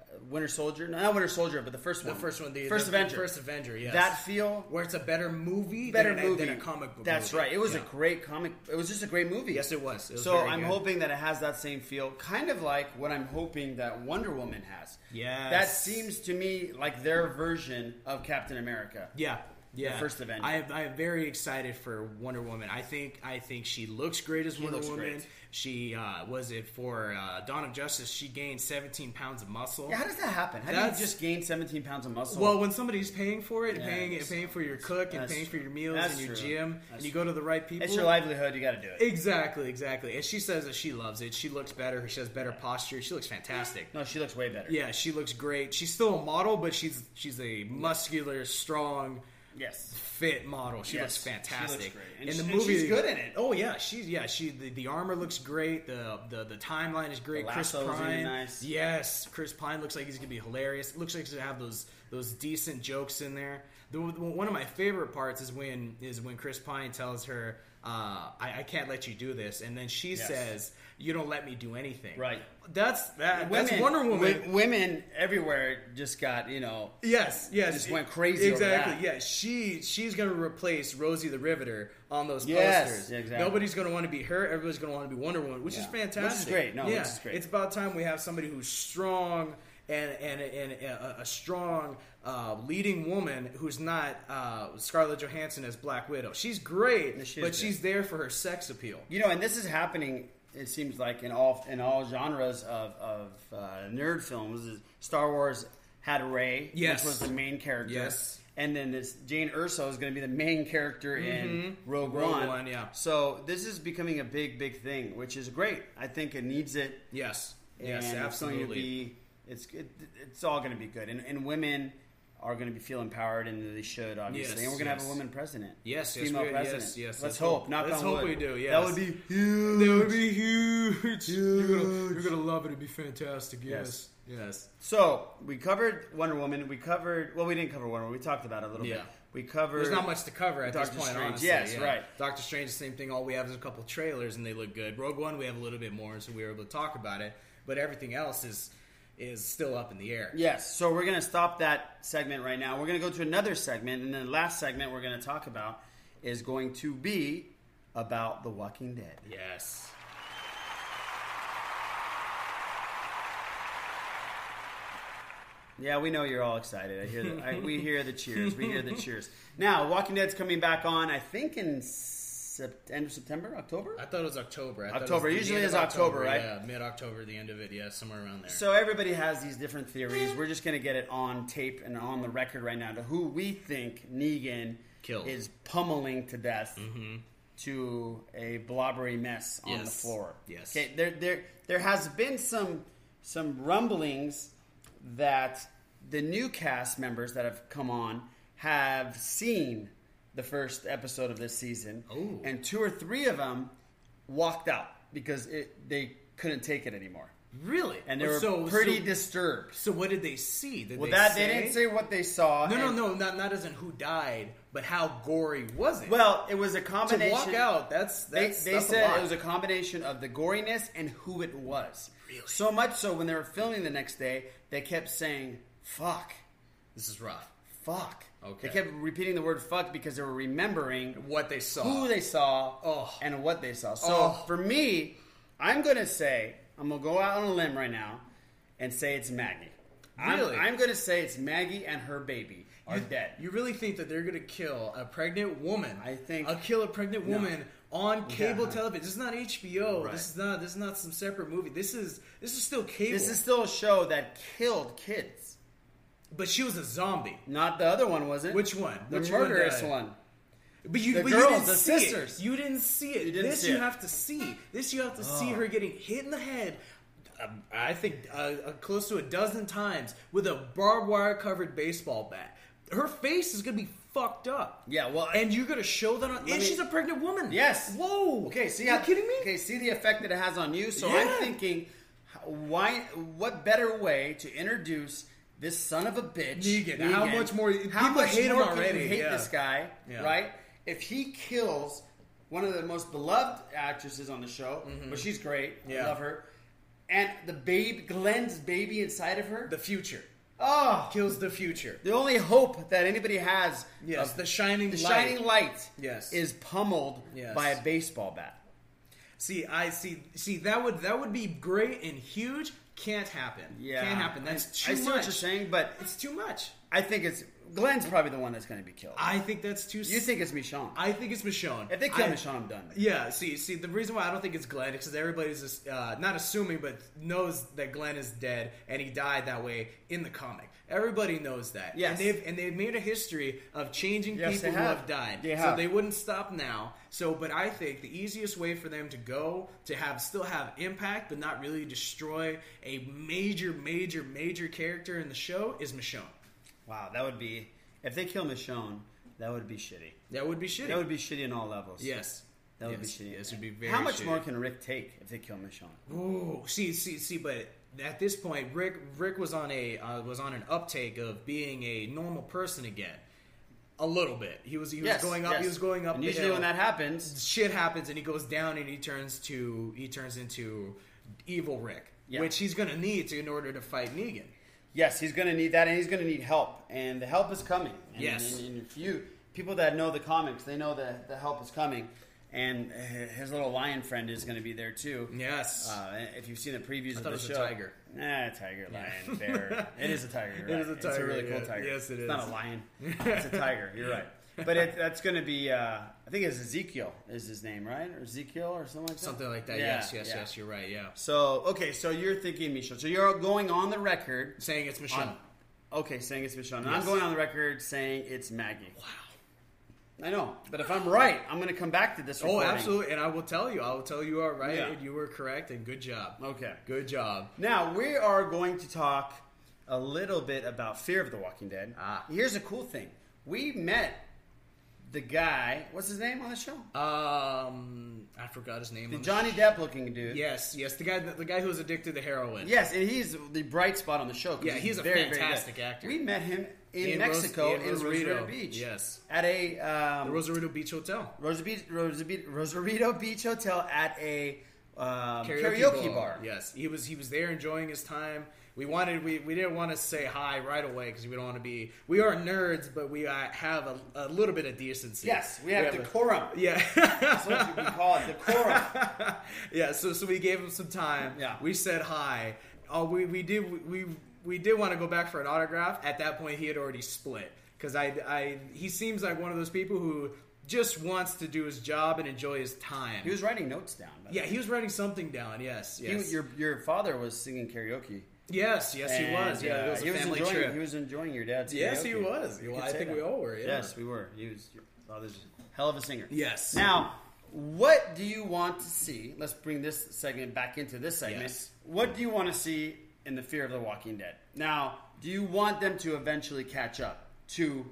[SPEAKER 1] uh, Winter Soldier, no, not Winter Soldier, but the first
[SPEAKER 2] The
[SPEAKER 1] one,
[SPEAKER 2] first one, the
[SPEAKER 1] Um, first
[SPEAKER 2] the,
[SPEAKER 1] Avenger,
[SPEAKER 2] first Avenger, yes.
[SPEAKER 1] that feel.
[SPEAKER 2] where it's a better movie,
[SPEAKER 1] Better
[SPEAKER 2] than, a-
[SPEAKER 1] movie
[SPEAKER 2] than a comic book.
[SPEAKER 1] That's
[SPEAKER 2] movie.
[SPEAKER 1] right. It was
[SPEAKER 2] Yeah.
[SPEAKER 1] a great comic. It was just a great movie.
[SPEAKER 2] yes, it was. It was
[SPEAKER 1] So
[SPEAKER 2] very
[SPEAKER 1] I'm
[SPEAKER 2] good.
[SPEAKER 1] hoping that it has that same feel, kind of like what I'm hoping that Wonder Woman has.
[SPEAKER 2] Yes.
[SPEAKER 1] That seems to me like their version of Captain America.
[SPEAKER 2] Yeah. Yeah,
[SPEAKER 1] first Avenger.
[SPEAKER 2] I, am- I am very excited for Wonder Woman. I think I think she looks great as Wonder
[SPEAKER 1] looks
[SPEAKER 2] Woman.
[SPEAKER 1] great.
[SPEAKER 2] She uh, was it for uh, Dawn of Justice. She gained 17 pounds of muscle.
[SPEAKER 1] Yeah, how does that happen? How
[SPEAKER 2] That's-
[SPEAKER 1] do you just gain 17 pounds of muscle?
[SPEAKER 2] Well, when somebody's paying for it,
[SPEAKER 1] Yeah,
[SPEAKER 2] paying
[SPEAKER 1] that's-
[SPEAKER 2] paying for your cook and
[SPEAKER 1] that's
[SPEAKER 2] paying for
[SPEAKER 1] true.
[SPEAKER 2] your meals
[SPEAKER 1] That's
[SPEAKER 2] and your
[SPEAKER 1] true.
[SPEAKER 2] gym,
[SPEAKER 1] That's
[SPEAKER 2] and you go to the right people,
[SPEAKER 1] it's your livelihood. You got to do it.
[SPEAKER 2] Exactly, exactly. And she says that she loves it. She looks better. She has better posture. She looks fantastic.
[SPEAKER 1] No, she looks way better.
[SPEAKER 2] Yeah, she looks great. She's still a model, but she's she's a muscular, strong,
[SPEAKER 1] Yes.
[SPEAKER 2] fit model. She
[SPEAKER 1] Yes,
[SPEAKER 2] looks
[SPEAKER 1] she looks
[SPEAKER 2] fantastic.
[SPEAKER 1] great. And she- and she's good in it.
[SPEAKER 2] Oh yeah, she's yeah. She the, the armor looks great. The the, the timeline is great.
[SPEAKER 1] The
[SPEAKER 2] Chris
[SPEAKER 1] lasso's gonna be
[SPEAKER 2] Pine,
[SPEAKER 1] nice.
[SPEAKER 2] yes, Chris Pine looks like he's gonna be hilarious. Looks like he's gonna have those those decent jokes in there. The, one of my favorite parts is when is when Chris Pine tells her. Uh, I, I can't let you do this, and then she
[SPEAKER 1] Yes.
[SPEAKER 2] says, "You don't let me do anything."
[SPEAKER 1] Right.
[SPEAKER 2] That's that. that's Wonder Woman.
[SPEAKER 1] wi- women everywhere just got, you know,
[SPEAKER 2] Yes, yes,
[SPEAKER 1] Just went crazy over
[SPEAKER 2] Exactly.
[SPEAKER 1] that.
[SPEAKER 2] Yeah, she she's gonna replace Rosie the Riveter on those
[SPEAKER 1] Yes,
[SPEAKER 2] posters.
[SPEAKER 1] yeah, exactly.
[SPEAKER 2] Nobody's gonna want to be her. Everybody's gonna want to be Wonder Woman, which is
[SPEAKER 1] Yeah. Which is
[SPEAKER 2] fantastic.
[SPEAKER 1] great. No, which
[SPEAKER 2] yeah,
[SPEAKER 1] is great.
[SPEAKER 2] It's about time we have somebody who's strong and and and a, a strong uh, leading woman who's not uh, Scarlett Johansson as Black Widow. She's great,
[SPEAKER 1] She is
[SPEAKER 2] but
[SPEAKER 1] good.
[SPEAKER 2] she's there for her sex appeal.
[SPEAKER 1] You know, and this is happening. It seems like in all in all genres of of uh, nerd films. Is Star Wars had Ray,
[SPEAKER 2] Yes.
[SPEAKER 1] which was the main character.
[SPEAKER 2] Yes.
[SPEAKER 1] And then this Jane Urso is going to be the main character in Rogue,
[SPEAKER 2] Mm-hmm. Rogue
[SPEAKER 1] One.
[SPEAKER 2] One, yeah.
[SPEAKER 1] So this is becoming a big, big thing, which is great. I think it needs it.
[SPEAKER 2] Yes, yes,
[SPEAKER 1] and
[SPEAKER 2] absolutely.
[SPEAKER 1] It's, going to be, it's it, it's all going to be good, and and women are going to be feel empowered, and they should obviously.
[SPEAKER 2] Yes,
[SPEAKER 1] and we're going to have
[SPEAKER 2] yes.
[SPEAKER 1] a woman president.
[SPEAKER 2] Yes, yes,
[SPEAKER 1] female
[SPEAKER 2] we- yes,
[SPEAKER 1] president.
[SPEAKER 2] yes,
[SPEAKER 1] Let's,
[SPEAKER 2] let's
[SPEAKER 1] hope.
[SPEAKER 2] hope.
[SPEAKER 1] Knock
[SPEAKER 2] Let's
[SPEAKER 1] on
[SPEAKER 2] hope
[SPEAKER 1] wood.
[SPEAKER 2] we do,
[SPEAKER 1] That
[SPEAKER 2] yes.
[SPEAKER 1] would be huge.
[SPEAKER 2] That would be huge. You're gonna,
[SPEAKER 1] Huge.
[SPEAKER 2] you're gonna love it. It'd be fantastic.
[SPEAKER 1] Yes.
[SPEAKER 2] yes. yes.
[SPEAKER 1] So we covered Wonder Woman. We covered well, we didn't cover Wonder Woman. We talked about it a little
[SPEAKER 2] Yeah.
[SPEAKER 1] bit. We covered.
[SPEAKER 2] There's not much to cover at this
[SPEAKER 1] Doctor
[SPEAKER 2] point,
[SPEAKER 1] Strange.
[SPEAKER 2] honestly.
[SPEAKER 1] Yes,
[SPEAKER 2] yeah.
[SPEAKER 1] right.
[SPEAKER 2] Doctor Strange, same thing. All we have is a couple trailers, and they look good. Rogue One, we have a little bit more, so we were able to talk about it. But everything else is is still up in the air.
[SPEAKER 1] Yes. So we're gonna stop that segment right now. We're gonna go to another segment, and then the last segment we're gonna talk about is going to be about The Walking Dead.
[SPEAKER 2] Yes.
[SPEAKER 1] Yeah, we know you're all excited. I hear the, I, we hear the cheers. We hear the cheers. Now, Walking Dead's coming back on. I think in sept- end of September, October.
[SPEAKER 2] I thought it was October. I thought it was
[SPEAKER 1] October.
[SPEAKER 2] the
[SPEAKER 1] Usually
[SPEAKER 2] end of
[SPEAKER 1] is October, right?
[SPEAKER 2] Yeah, mid October, the end of it. Yeah, somewhere around there.
[SPEAKER 1] So everybody has these different theories. We're just going to get it on tape and on the record right now to who we think Negan
[SPEAKER 2] Killed. Mm-hmm.
[SPEAKER 1] is pummeling to death to a blobbery mess on the
[SPEAKER 2] Yes.
[SPEAKER 1] floor.
[SPEAKER 2] Yes.
[SPEAKER 1] Okay. There, there, there has been some some rumblings that the new cast members that have come on have seen the first episode of this season,
[SPEAKER 2] Ooh.
[SPEAKER 1] and two or three of them walked out because it, they couldn't take it anymore
[SPEAKER 2] really,
[SPEAKER 1] and they were
[SPEAKER 2] so,
[SPEAKER 1] pretty
[SPEAKER 2] So,
[SPEAKER 1] disturbed.
[SPEAKER 2] so what did they see? Did
[SPEAKER 1] Well,
[SPEAKER 2] they
[SPEAKER 1] that
[SPEAKER 2] say?
[SPEAKER 1] they didn't say what they saw.
[SPEAKER 2] No, no,
[SPEAKER 1] and-
[SPEAKER 2] no. Not not as in who died, but how gory was it?
[SPEAKER 1] Well, it was a
[SPEAKER 2] to
[SPEAKER 1] combination.
[SPEAKER 2] walk out. That's
[SPEAKER 1] They,
[SPEAKER 2] that's
[SPEAKER 1] they
[SPEAKER 2] that's a
[SPEAKER 1] said
[SPEAKER 2] lot.
[SPEAKER 1] it was a combination of the goriness and who it was.
[SPEAKER 2] Really?
[SPEAKER 1] So much so when they were filming the next day, they kept saying "fuck,
[SPEAKER 2] this is rough.
[SPEAKER 1] fuck."
[SPEAKER 2] Okay.
[SPEAKER 1] They kept repeating the word "fuck" because they were remembering
[SPEAKER 2] What they saw.
[SPEAKER 1] who they saw
[SPEAKER 2] Oh.
[SPEAKER 1] and what they saw. So
[SPEAKER 2] Oh.
[SPEAKER 1] for me, I'm gonna say I'm gonna go out on a limb right now and say it's Maggie. I'm-
[SPEAKER 2] Really?
[SPEAKER 1] I'm, gonna say it's Maggie and her baby. are dead.
[SPEAKER 2] You really think that they're gonna kill a pregnant woman?
[SPEAKER 1] I think-
[SPEAKER 2] a kill a pregnant woman on cable
[SPEAKER 1] Yeah.
[SPEAKER 2] television. This is not HBO.
[SPEAKER 1] Right.
[SPEAKER 2] This is not. This is not some separate movie. This is. This is still cable.
[SPEAKER 1] This is still a show that killed kids.
[SPEAKER 2] But she was a zombie.
[SPEAKER 1] Not the other one, was it?
[SPEAKER 2] Which one?
[SPEAKER 1] The
[SPEAKER 2] Which one uh,
[SPEAKER 1] murderous
[SPEAKER 2] died?
[SPEAKER 1] one.
[SPEAKER 2] But you,
[SPEAKER 1] The
[SPEAKER 2] but
[SPEAKER 1] girls,
[SPEAKER 2] you didn't
[SPEAKER 1] the
[SPEAKER 2] see
[SPEAKER 1] sisters.
[SPEAKER 2] It. You didn't see it.
[SPEAKER 1] You didn't
[SPEAKER 2] this
[SPEAKER 1] see
[SPEAKER 2] you
[SPEAKER 1] it.
[SPEAKER 2] have to see. This you have to see
[SPEAKER 1] Oh.
[SPEAKER 2] her getting hit in the head. um, I think uh, uh, close to a dozen times with a barbed wire covered baseball bat. Her face is gonna be fucked up.
[SPEAKER 1] Yeah, well,
[SPEAKER 2] and you're gonna show that on. And
[SPEAKER 1] me-
[SPEAKER 2] she's a pregnant woman.
[SPEAKER 1] Yes.
[SPEAKER 2] Whoa.
[SPEAKER 1] Okay, see,
[SPEAKER 2] you
[SPEAKER 1] how,
[SPEAKER 2] kidding me?
[SPEAKER 1] Okay, see the effect that it has on you. So
[SPEAKER 2] Yeah.
[SPEAKER 1] I'm thinking, h- why? What better way to introduce this son of a bitch,
[SPEAKER 2] Negan. How much more-
[SPEAKER 1] How
[SPEAKER 2] people
[SPEAKER 1] much
[SPEAKER 2] hate him
[SPEAKER 1] more can
[SPEAKER 2] already,
[SPEAKER 1] You hate
[SPEAKER 2] yeah.
[SPEAKER 1] this guy,
[SPEAKER 2] Yeah.
[SPEAKER 1] right? If he kills one of the most beloved actresses on the show, but she's great.
[SPEAKER 2] Mm-hmm. Yeah.
[SPEAKER 1] I love her. And the babe, Glenn's baby inside of her.
[SPEAKER 2] The future
[SPEAKER 1] oh,
[SPEAKER 2] kills the future.
[SPEAKER 1] the only hope that anybody has
[SPEAKER 2] Yes,
[SPEAKER 1] of
[SPEAKER 2] the shining
[SPEAKER 1] the
[SPEAKER 2] light.
[SPEAKER 1] shining light
[SPEAKER 2] Yes.
[SPEAKER 1] is pummeled
[SPEAKER 2] Yes.
[SPEAKER 1] by a baseball bat.
[SPEAKER 2] See, I see. See, that would that would be great and huge. Can't happen.
[SPEAKER 1] Yeah,
[SPEAKER 2] can't happen. That's
[SPEAKER 1] I,
[SPEAKER 2] too
[SPEAKER 1] I see
[SPEAKER 2] much.
[SPEAKER 1] what you're saying, but
[SPEAKER 2] It's too much.
[SPEAKER 1] I think it's Glenn's probably the one that's going to be killed.
[SPEAKER 2] I think that's too.
[SPEAKER 1] you think it's Michonne?
[SPEAKER 2] I think it's Michonne.
[SPEAKER 1] if they kill
[SPEAKER 2] I-
[SPEAKER 1] Michonne, I'm done.
[SPEAKER 2] Yeah, see, see, the reason why I don't think it's Glenn is because everybody's just, uh, not assuming, but knows that Glenn is dead and he died that way in the comic. Everybody knows that.
[SPEAKER 1] Yes.
[SPEAKER 2] and they've and they've made a history of changing
[SPEAKER 1] Yes,
[SPEAKER 2] people
[SPEAKER 1] they
[SPEAKER 2] who
[SPEAKER 1] have.
[SPEAKER 2] have died.
[SPEAKER 1] They
[SPEAKER 2] So
[SPEAKER 1] have.
[SPEAKER 2] they wouldn't stop now. So, but I think the easiest way for them to go to have still have impact, but not really destroy a major, major, major character in the show is Michonne.
[SPEAKER 1] Wow, that would be if they kill Michonne, that would be shitty.
[SPEAKER 2] That would be shitty.
[SPEAKER 1] That would be shitty on all levels.
[SPEAKER 2] yes.
[SPEAKER 1] that would
[SPEAKER 2] Yes.
[SPEAKER 1] be shitty.
[SPEAKER 2] Yes, it would be very.
[SPEAKER 1] How much
[SPEAKER 2] shitty.
[SPEAKER 1] more can Rick take if they kill Michonne?
[SPEAKER 2] Ooh, see, see, see, but at this point, Rick Rick was on a uh, was on an uptake of being a normal person again, a little bit. He was he was
[SPEAKER 1] yes,
[SPEAKER 2] going up.
[SPEAKER 1] yes.
[SPEAKER 2] He was going up.
[SPEAKER 1] And
[SPEAKER 2] the
[SPEAKER 1] usually,
[SPEAKER 2] hill.
[SPEAKER 1] when that happens,
[SPEAKER 2] shit happens, and he goes down, and he turns to he turns into evil Rick,
[SPEAKER 1] Yeah.
[SPEAKER 2] which he's gonna need to in order to fight Negan.
[SPEAKER 1] yes, he's going to need that, and he's going to need help, and the help is coming. And,
[SPEAKER 2] Yes.
[SPEAKER 1] and, and if you people that know the comics, they know that the help is coming, and h- his little lion friend is going to be there too.
[SPEAKER 2] Yes,
[SPEAKER 1] Uh, if you've seen the previews of
[SPEAKER 2] thought
[SPEAKER 1] the
[SPEAKER 2] it was a
[SPEAKER 1] show,
[SPEAKER 2] tiger.
[SPEAKER 1] Nah, tiger, lion, bear. It is a tiger. You're
[SPEAKER 2] It
[SPEAKER 1] right.
[SPEAKER 2] is a
[SPEAKER 1] It's
[SPEAKER 2] tiger,
[SPEAKER 1] a really cool
[SPEAKER 2] yeah.
[SPEAKER 1] tiger.
[SPEAKER 2] Yes, it
[SPEAKER 1] it's
[SPEAKER 2] is.
[SPEAKER 1] Not a lion. It's a tiger. You're right. But it, that's going to be. Uh, I think it's Ezekiel is his name, right? Or Ezekiel or something like that.
[SPEAKER 2] something like that.
[SPEAKER 1] Yeah,
[SPEAKER 2] yes, yes,
[SPEAKER 1] yeah.
[SPEAKER 2] yes. You're right. Yeah,
[SPEAKER 1] So okay, so you're thinking Michelle. So you're going on the record.
[SPEAKER 2] saying it's Michonne.
[SPEAKER 1] On, okay, saying it's Michelle. And
[SPEAKER 2] Yes.
[SPEAKER 1] I'm going on the record saying it's Maggie.
[SPEAKER 2] Wow.
[SPEAKER 1] I know, but if I'm right, I'm going to come back to this.
[SPEAKER 2] Oh,
[SPEAKER 1] recording.
[SPEAKER 2] absolutely. And I will tell you, I will tell you are right,
[SPEAKER 1] Yeah.
[SPEAKER 2] and you were correct, and good job.
[SPEAKER 1] Okay.
[SPEAKER 2] Good job.
[SPEAKER 1] Now we are going to talk a little bit about Fear of the Walking Dead.
[SPEAKER 2] Ah.
[SPEAKER 1] Here's a cool thing: we met the guy. What's his name on the show?
[SPEAKER 2] Um, I forgot his name.
[SPEAKER 1] The
[SPEAKER 2] on the
[SPEAKER 1] Johnny Depp looking dude.
[SPEAKER 2] yes, yes, the guy, the guy who was addicted to heroin.
[SPEAKER 1] Yes, and he's the bright spot on the show. 'cause
[SPEAKER 2] Yeah, he's a
[SPEAKER 1] very, very
[SPEAKER 2] fantastic
[SPEAKER 1] good.
[SPEAKER 2] actor.
[SPEAKER 1] We met him in,
[SPEAKER 2] In Ros-
[SPEAKER 1] Mexico
[SPEAKER 2] in
[SPEAKER 1] in Rosarito
[SPEAKER 2] Rosarito.
[SPEAKER 1] Beach.
[SPEAKER 2] Yes.
[SPEAKER 1] at a um,
[SPEAKER 2] the Rosarito Beach Hotel.
[SPEAKER 1] Rosa Beach, Rosa Beach, Rosarito Beach hotel at a um, karaoke, bar.
[SPEAKER 2] Yes, he was he was there enjoying his time. We wanted we, we didn't want to say hi right away because we don't want to be we are nerds, but we uh, have a, a little bit of decency.
[SPEAKER 1] Yes, we have decorum.
[SPEAKER 2] A, yeah.
[SPEAKER 1] That's what we call it, decorum.
[SPEAKER 2] yeah, so so we gave him some time.
[SPEAKER 1] Yeah.
[SPEAKER 2] we said hi. Oh, we we did we we did want to go back for an autograph. At that point, he had already split because I I he seems like one of those people who just wants to do his job and enjoy his time.
[SPEAKER 1] he was writing notes down. by the
[SPEAKER 2] yeah, he was writing something down. Yes,
[SPEAKER 1] He-
[SPEAKER 2] yes,
[SPEAKER 1] your your father was singing karaoke.
[SPEAKER 2] yes, yes. he was.
[SPEAKER 1] And,
[SPEAKER 2] Yeah,
[SPEAKER 1] uh,
[SPEAKER 2] it was a
[SPEAKER 1] he
[SPEAKER 2] family
[SPEAKER 1] enjoying,
[SPEAKER 2] trip.
[SPEAKER 1] He was enjoying your dad's.
[SPEAKER 2] Yes,
[SPEAKER 1] karaoke.
[SPEAKER 2] he was.
[SPEAKER 1] You
[SPEAKER 2] Well,
[SPEAKER 1] could
[SPEAKER 2] I
[SPEAKER 1] say
[SPEAKER 2] think
[SPEAKER 1] that.
[SPEAKER 2] we all were, yeah.
[SPEAKER 1] Yes, we were. He was. Your father's a hell of a singer.
[SPEAKER 2] Yes.
[SPEAKER 1] Now, what do you want to see? Let's bring this segment back into this segment.
[SPEAKER 2] Yes.
[SPEAKER 1] What do you want to see in the Fear of the Walking Dead? Now, do you want them to eventually catch up to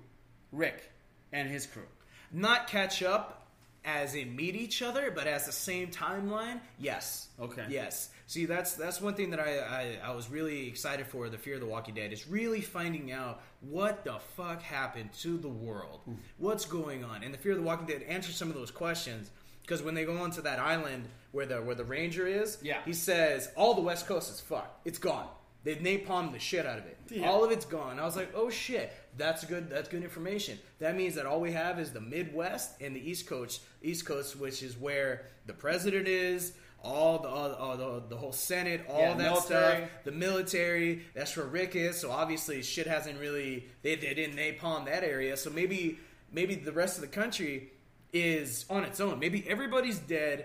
[SPEAKER 1] Rick and his crew?
[SPEAKER 2] Not catch up as in meet each other, but as the same timeline. Yes.
[SPEAKER 1] Okay.
[SPEAKER 2] Yes. See, that's that's one thing that I, I I was really excited for. The Fear of the Walking Dead is really finding out what the fuck happened to the world,
[SPEAKER 1] Hmm.
[SPEAKER 2] what's going on, and the Fear of the Walking Dead answers some of those questions. Because when they go onto that island where the where the ranger is,
[SPEAKER 1] Yeah.
[SPEAKER 2] he says all the West Coast is fucked. It's gone. They napalmed the shit out of it.
[SPEAKER 1] Yeah.
[SPEAKER 2] All of it's gone. I was like, oh shit, that's good. That's good information. That means that all we have is the Midwest and the East Coast, East Coast, which is where the president is. all the all, all the, the whole Senate, all
[SPEAKER 1] Yeah,
[SPEAKER 2] that
[SPEAKER 1] military.
[SPEAKER 2] stuff, the military. That's where Rick is. So obviously, shit hasn't really they they didn't napalm that area. So maybe maybe the rest of the country is on its own. Maybe everybody's dead.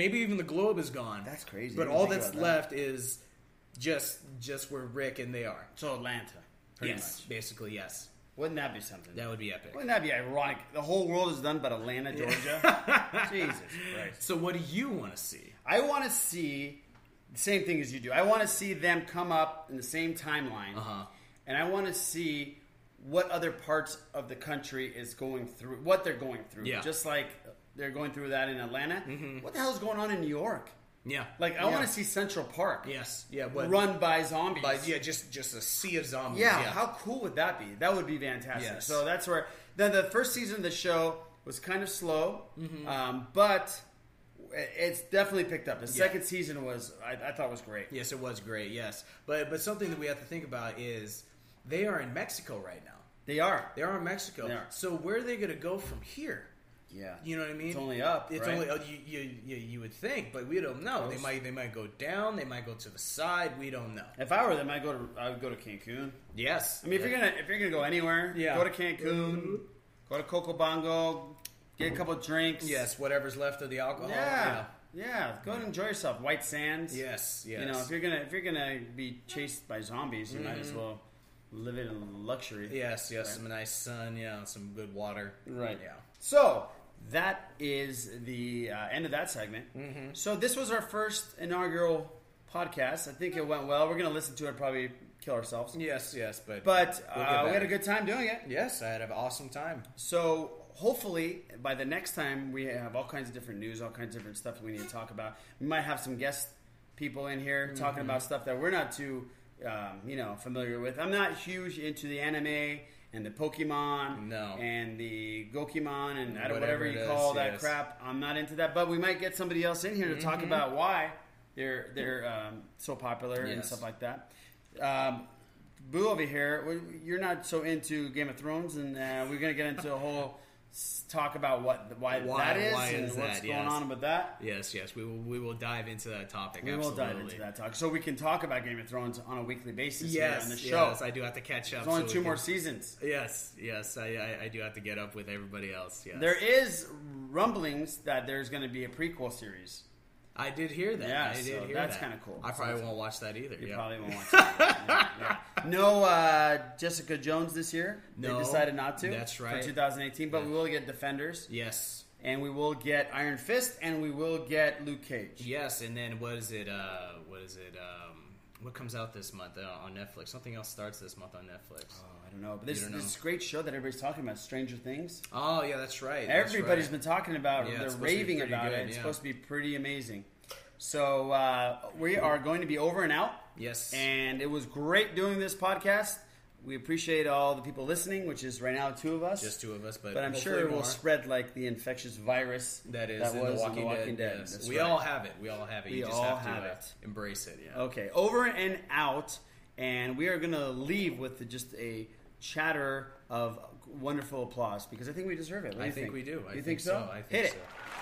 [SPEAKER 2] Maybe even the globe is gone.
[SPEAKER 1] That's crazy. I
[SPEAKER 2] But
[SPEAKER 1] didn't
[SPEAKER 2] all
[SPEAKER 1] think
[SPEAKER 2] that's
[SPEAKER 1] about that.
[SPEAKER 2] left is just just where Rick and they are.
[SPEAKER 1] So Atlanta, pretty
[SPEAKER 2] yes,
[SPEAKER 1] much.
[SPEAKER 2] basically yes.
[SPEAKER 1] Wouldn't that be something?
[SPEAKER 2] That would be epic.
[SPEAKER 1] Wouldn't that be ironic? The whole world is done but Atlanta, Georgia. Jesus Christ.
[SPEAKER 2] So what do you want to see?
[SPEAKER 1] I want to see the same thing as you do. I want to see them come up in the same timeline.
[SPEAKER 2] Uh-huh.
[SPEAKER 1] And I want to see what other parts of the country is going through, what they're going through.
[SPEAKER 2] Yeah.
[SPEAKER 1] Just like they're going through that in Atlanta. What the hell is going on in New York?
[SPEAKER 2] Yeah,
[SPEAKER 1] Like, I
[SPEAKER 2] Yeah.
[SPEAKER 1] want to see Central Park.
[SPEAKER 2] Yes, yeah, but
[SPEAKER 1] Run by zombies.
[SPEAKER 2] but yeah, just just a sea of zombies.
[SPEAKER 1] Yeah, how cool would that be? That would be fantastic.
[SPEAKER 2] Yes.
[SPEAKER 1] So that's where then the first season of the show was kind of slow,
[SPEAKER 2] Mm-hmm.
[SPEAKER 1] um, but it's definitely picked up. The second season was I, I thought was great.
[SPEAKER 2] yes, it was great. Yes, but but something that we have to think about is they are in Mexico right now.
[SPEAKER 1] They are.
[SPEAKER 2] They are in Mexico.
[SPEAKER 1] They are.
[SPEAKER 2] So where are they going to go from here?
[SPEAKER 1] Yeah,
[SPEAKER 2] You know what I mean?
[SPEAKER 1] It's only up.
[SPEAKER 2] It's
[SPEAKER 1] right?
[SPEAKER 2] only oh, you, you, you you would think, but we don't know. They
[SPEAKER 1] Yes.
[SPEAKER 2] might they might go down. They might go to the side. We don't know.
[SPEAKER 1] If I were them, I would go to I would go to Cancun.
[SPEAKER 2] Yes,
[SPEAKER 1] I mean, if you're gonna if you're gonna go anywhere,
[SPEAKER 2] Yeah.
[SPEAKER 1] go to Cancun, go to Coco Bongo, get a couple drinks.
[SPEAKER 2] yes, whatever's left of the alcohol.
[SPEAKER 1] yeah, yeah. Go and enjoy yourself. White Sands.
[SPEAKER 2] yeah. Yes. Yes. Mm-hmm.
[SPEAKER 1] You know, if you're gonna if you're gonna be chased by zombies, you might as well live it in luxry.
[SPEAKER 2] Yes, yes, some nice sun, yeah, and some good water.
[SPEAKER 1] Right.
[SPEAKER 2] Yeah.
[SPEAKER 1] So that is the uh, end of that segment.
[SPEAKER 2] Mm-hmm.
[SPEAKER 1] So this was our first inaugural podcast. I think it went well. We're gonna listen to it, probably kill ourselves.
[SPEAKER 2] Yes, yes, but
[SPEAKER 1] But
[SPEAKER 2] We'll get
[SPEAKER 1] uh, we had
[SPEAKER 2] better.
[SPEAKER 1] a good time doing it.
[SPEAKER 2] yes, I had an awesome time.
[SPEAKER 1] So hopefully by the next time we have all kinds of different news, all kinds of different stuff we need to talk about. We might have some guest people in here talking
[SPEAKER 2] Mm-hmm.
[SPEAKER 1] about stuff that we're not too, um, you know, familiar with. I'm not huge into the anime and the Pokemon,
[SPEAKER 2] No.
[SPEAKER 1] and the Gokemon and whatever,
[SPEAKER 2] Whatever
[SPEAKER 1] whatever
[SPEAKER 2] it
[SPEAKER 1] you
[SPEAKER 2] is,
[SPEAKER 1] call that
[SPEAKER 2] yes. Mm-hmm.
[SPEAKER 1] crap. I'm not into that, but we might get somebody else in here to talk about why they're they're um, so popular and
[SPEAKER 2] Yes.
[SPEAKER 1] stuff like that. Um, Boo over here, we- you're not so into Game of Thrones, and uh, we're gonna get into a whole s- talk about what why,
[SPEAKER 2] Why-
[SPEAKER 1] that is
[SPEAKER 2] why
[SPEAKER 1] and
[SPEAKER 2] is
[SPEAKER 1] what's
[SPEAKER 2] that,
[SPEAKER 1] going
[SPEAKER 2] yes.
[SPEAKER 1] on with that.
[SPEAKER 2] Yes, yes, we will we will dive into that topic.
[SPEAKER 1] We will dive into that talk, so we can talk about Game of Thrones on a weekly basis here
[SPEAKER 2] Yes,
[SPEAKER 1] on the show.
[SPEAKER 2] yes, I do have to catch up.
[SPEAKER 1] There's only
[SPEAKER 2] so we
[SPEAKER 1] two
[SPEAKER 2] can-
[SPEAKER 1] more seasons.
[SPEAKER 2] Yes, yes, I, I I do have to get up with everybody else. Yes,
[SPEAKER 1] There is rumblings that there's going to be a prequel series.
[SPEAKER 2] I did hear that.
[SPEAKER 1] Yeah,
[SPEAKER 2] I did
[SPEAKER 1] so
[SPEAKER 2] hear
[SPEAKER 1] that's
[SPEAKER 2] that.
[SPEAKER 1] kinda cool.
[SPEAKER 2] I probably
[SPEAKER 1] So-
[SPEAKER 2] won't watch that either.
[SPEAKER 1] You
[SPEAKER 2] yeah.
[SPEAKER 1] probably won't watch that. Yeah, yeah. No uh, Jessica Jones this year.
[SPEAKER 2] No,
[SPEAKER 1] they decided not to.
[SPEAKER 2] that's right.
[SPEAKER 1] For 2018, but we will get Defenders,
[SPEAKER 2] Yes,
[SPEAKER 1] and we will get Iron Fist, and we will get Luke Cage.
[SPEAKER 2] yes, and then what is it? Uh, what is it? Um, what comes out this month uh, on Netflix? Something else starts this month on Netflix.
[SPEAKER 1] Oh, I don't know. But this,
[SPEAKER 2] You don't know.
[SPEAKER 1] this great show that everybody's talking about, Stranger Things.
[SPEAKER 2] Oh yeah, that's right. Everybody's
[SPEAKER 1] Everybody's been talking about. it.
[SPEAKER 2] Yeah, it's
[SPEAKER 1] They're
[SPEAKER 2] supposed to be
[SPEAKER 1] raving
[SPEAKER 2] pretty
[SPEAKER 1] about
[SPEAKER 2] good,
[SPEAKER 1] it. It's
[SPEAKER 2] yeah.
[SPEAKER 1] supposed to be pretty amazing. So uh, we are going to be over and out.
[SPEAKER 2] Yes.
[SPEAKER 1] And it was great doing this podcast. We appreciate all the people listening, which is right now two of us.
[SPEAKER 2] just two of us, but
[SPEAKER 1] but I'm
[SPEAKER 2] hopefully
[SPEAKER 1] sure it will
[SPEAKER 2] more.
[SPEAKER 1] spread like the infectious virus
[SPEAKER 2] That is
[SPEAKER 1] that
[SPEAKER 2] in
[SPEAKER 1] was
[SPEAKER 2] the
[SPEAKER 1] in
[SPEAKER 2] Walking,
[SPEAKER 1] The Walking Dead.
[SPEAKER 2] Dead. yes.
[SPEAKER 1] That's
[SPEAKER 2] We
[SPEAKER 1] right.
[SPEAKER 2] all have it. We all have it.
[SPEAKER 1] We
[SPEAKER 2] you just
[SPEAKER 1] all
[SPEAKER 2] have to
[SPEAKER 1] have
[SPEAKER 2] uh,
[SPEAKER 1] it.
[SPEAKER 2] embrace it. Yeah.
[SPEAKER 1] Okay, over and out, and we are going to leave with the- just a chatter of wonderful applause because I think we deserve it. What do
[SPEAKER 2] I
[SPEAKER 1] you
[SPEAKER 2] think we do. I
[SPEAKER 1] you
[SPEAKER 2] think so. I think
[SPEAKER 1] Hit
[SPEAKER 2] so.
[SPEAKER 1] it.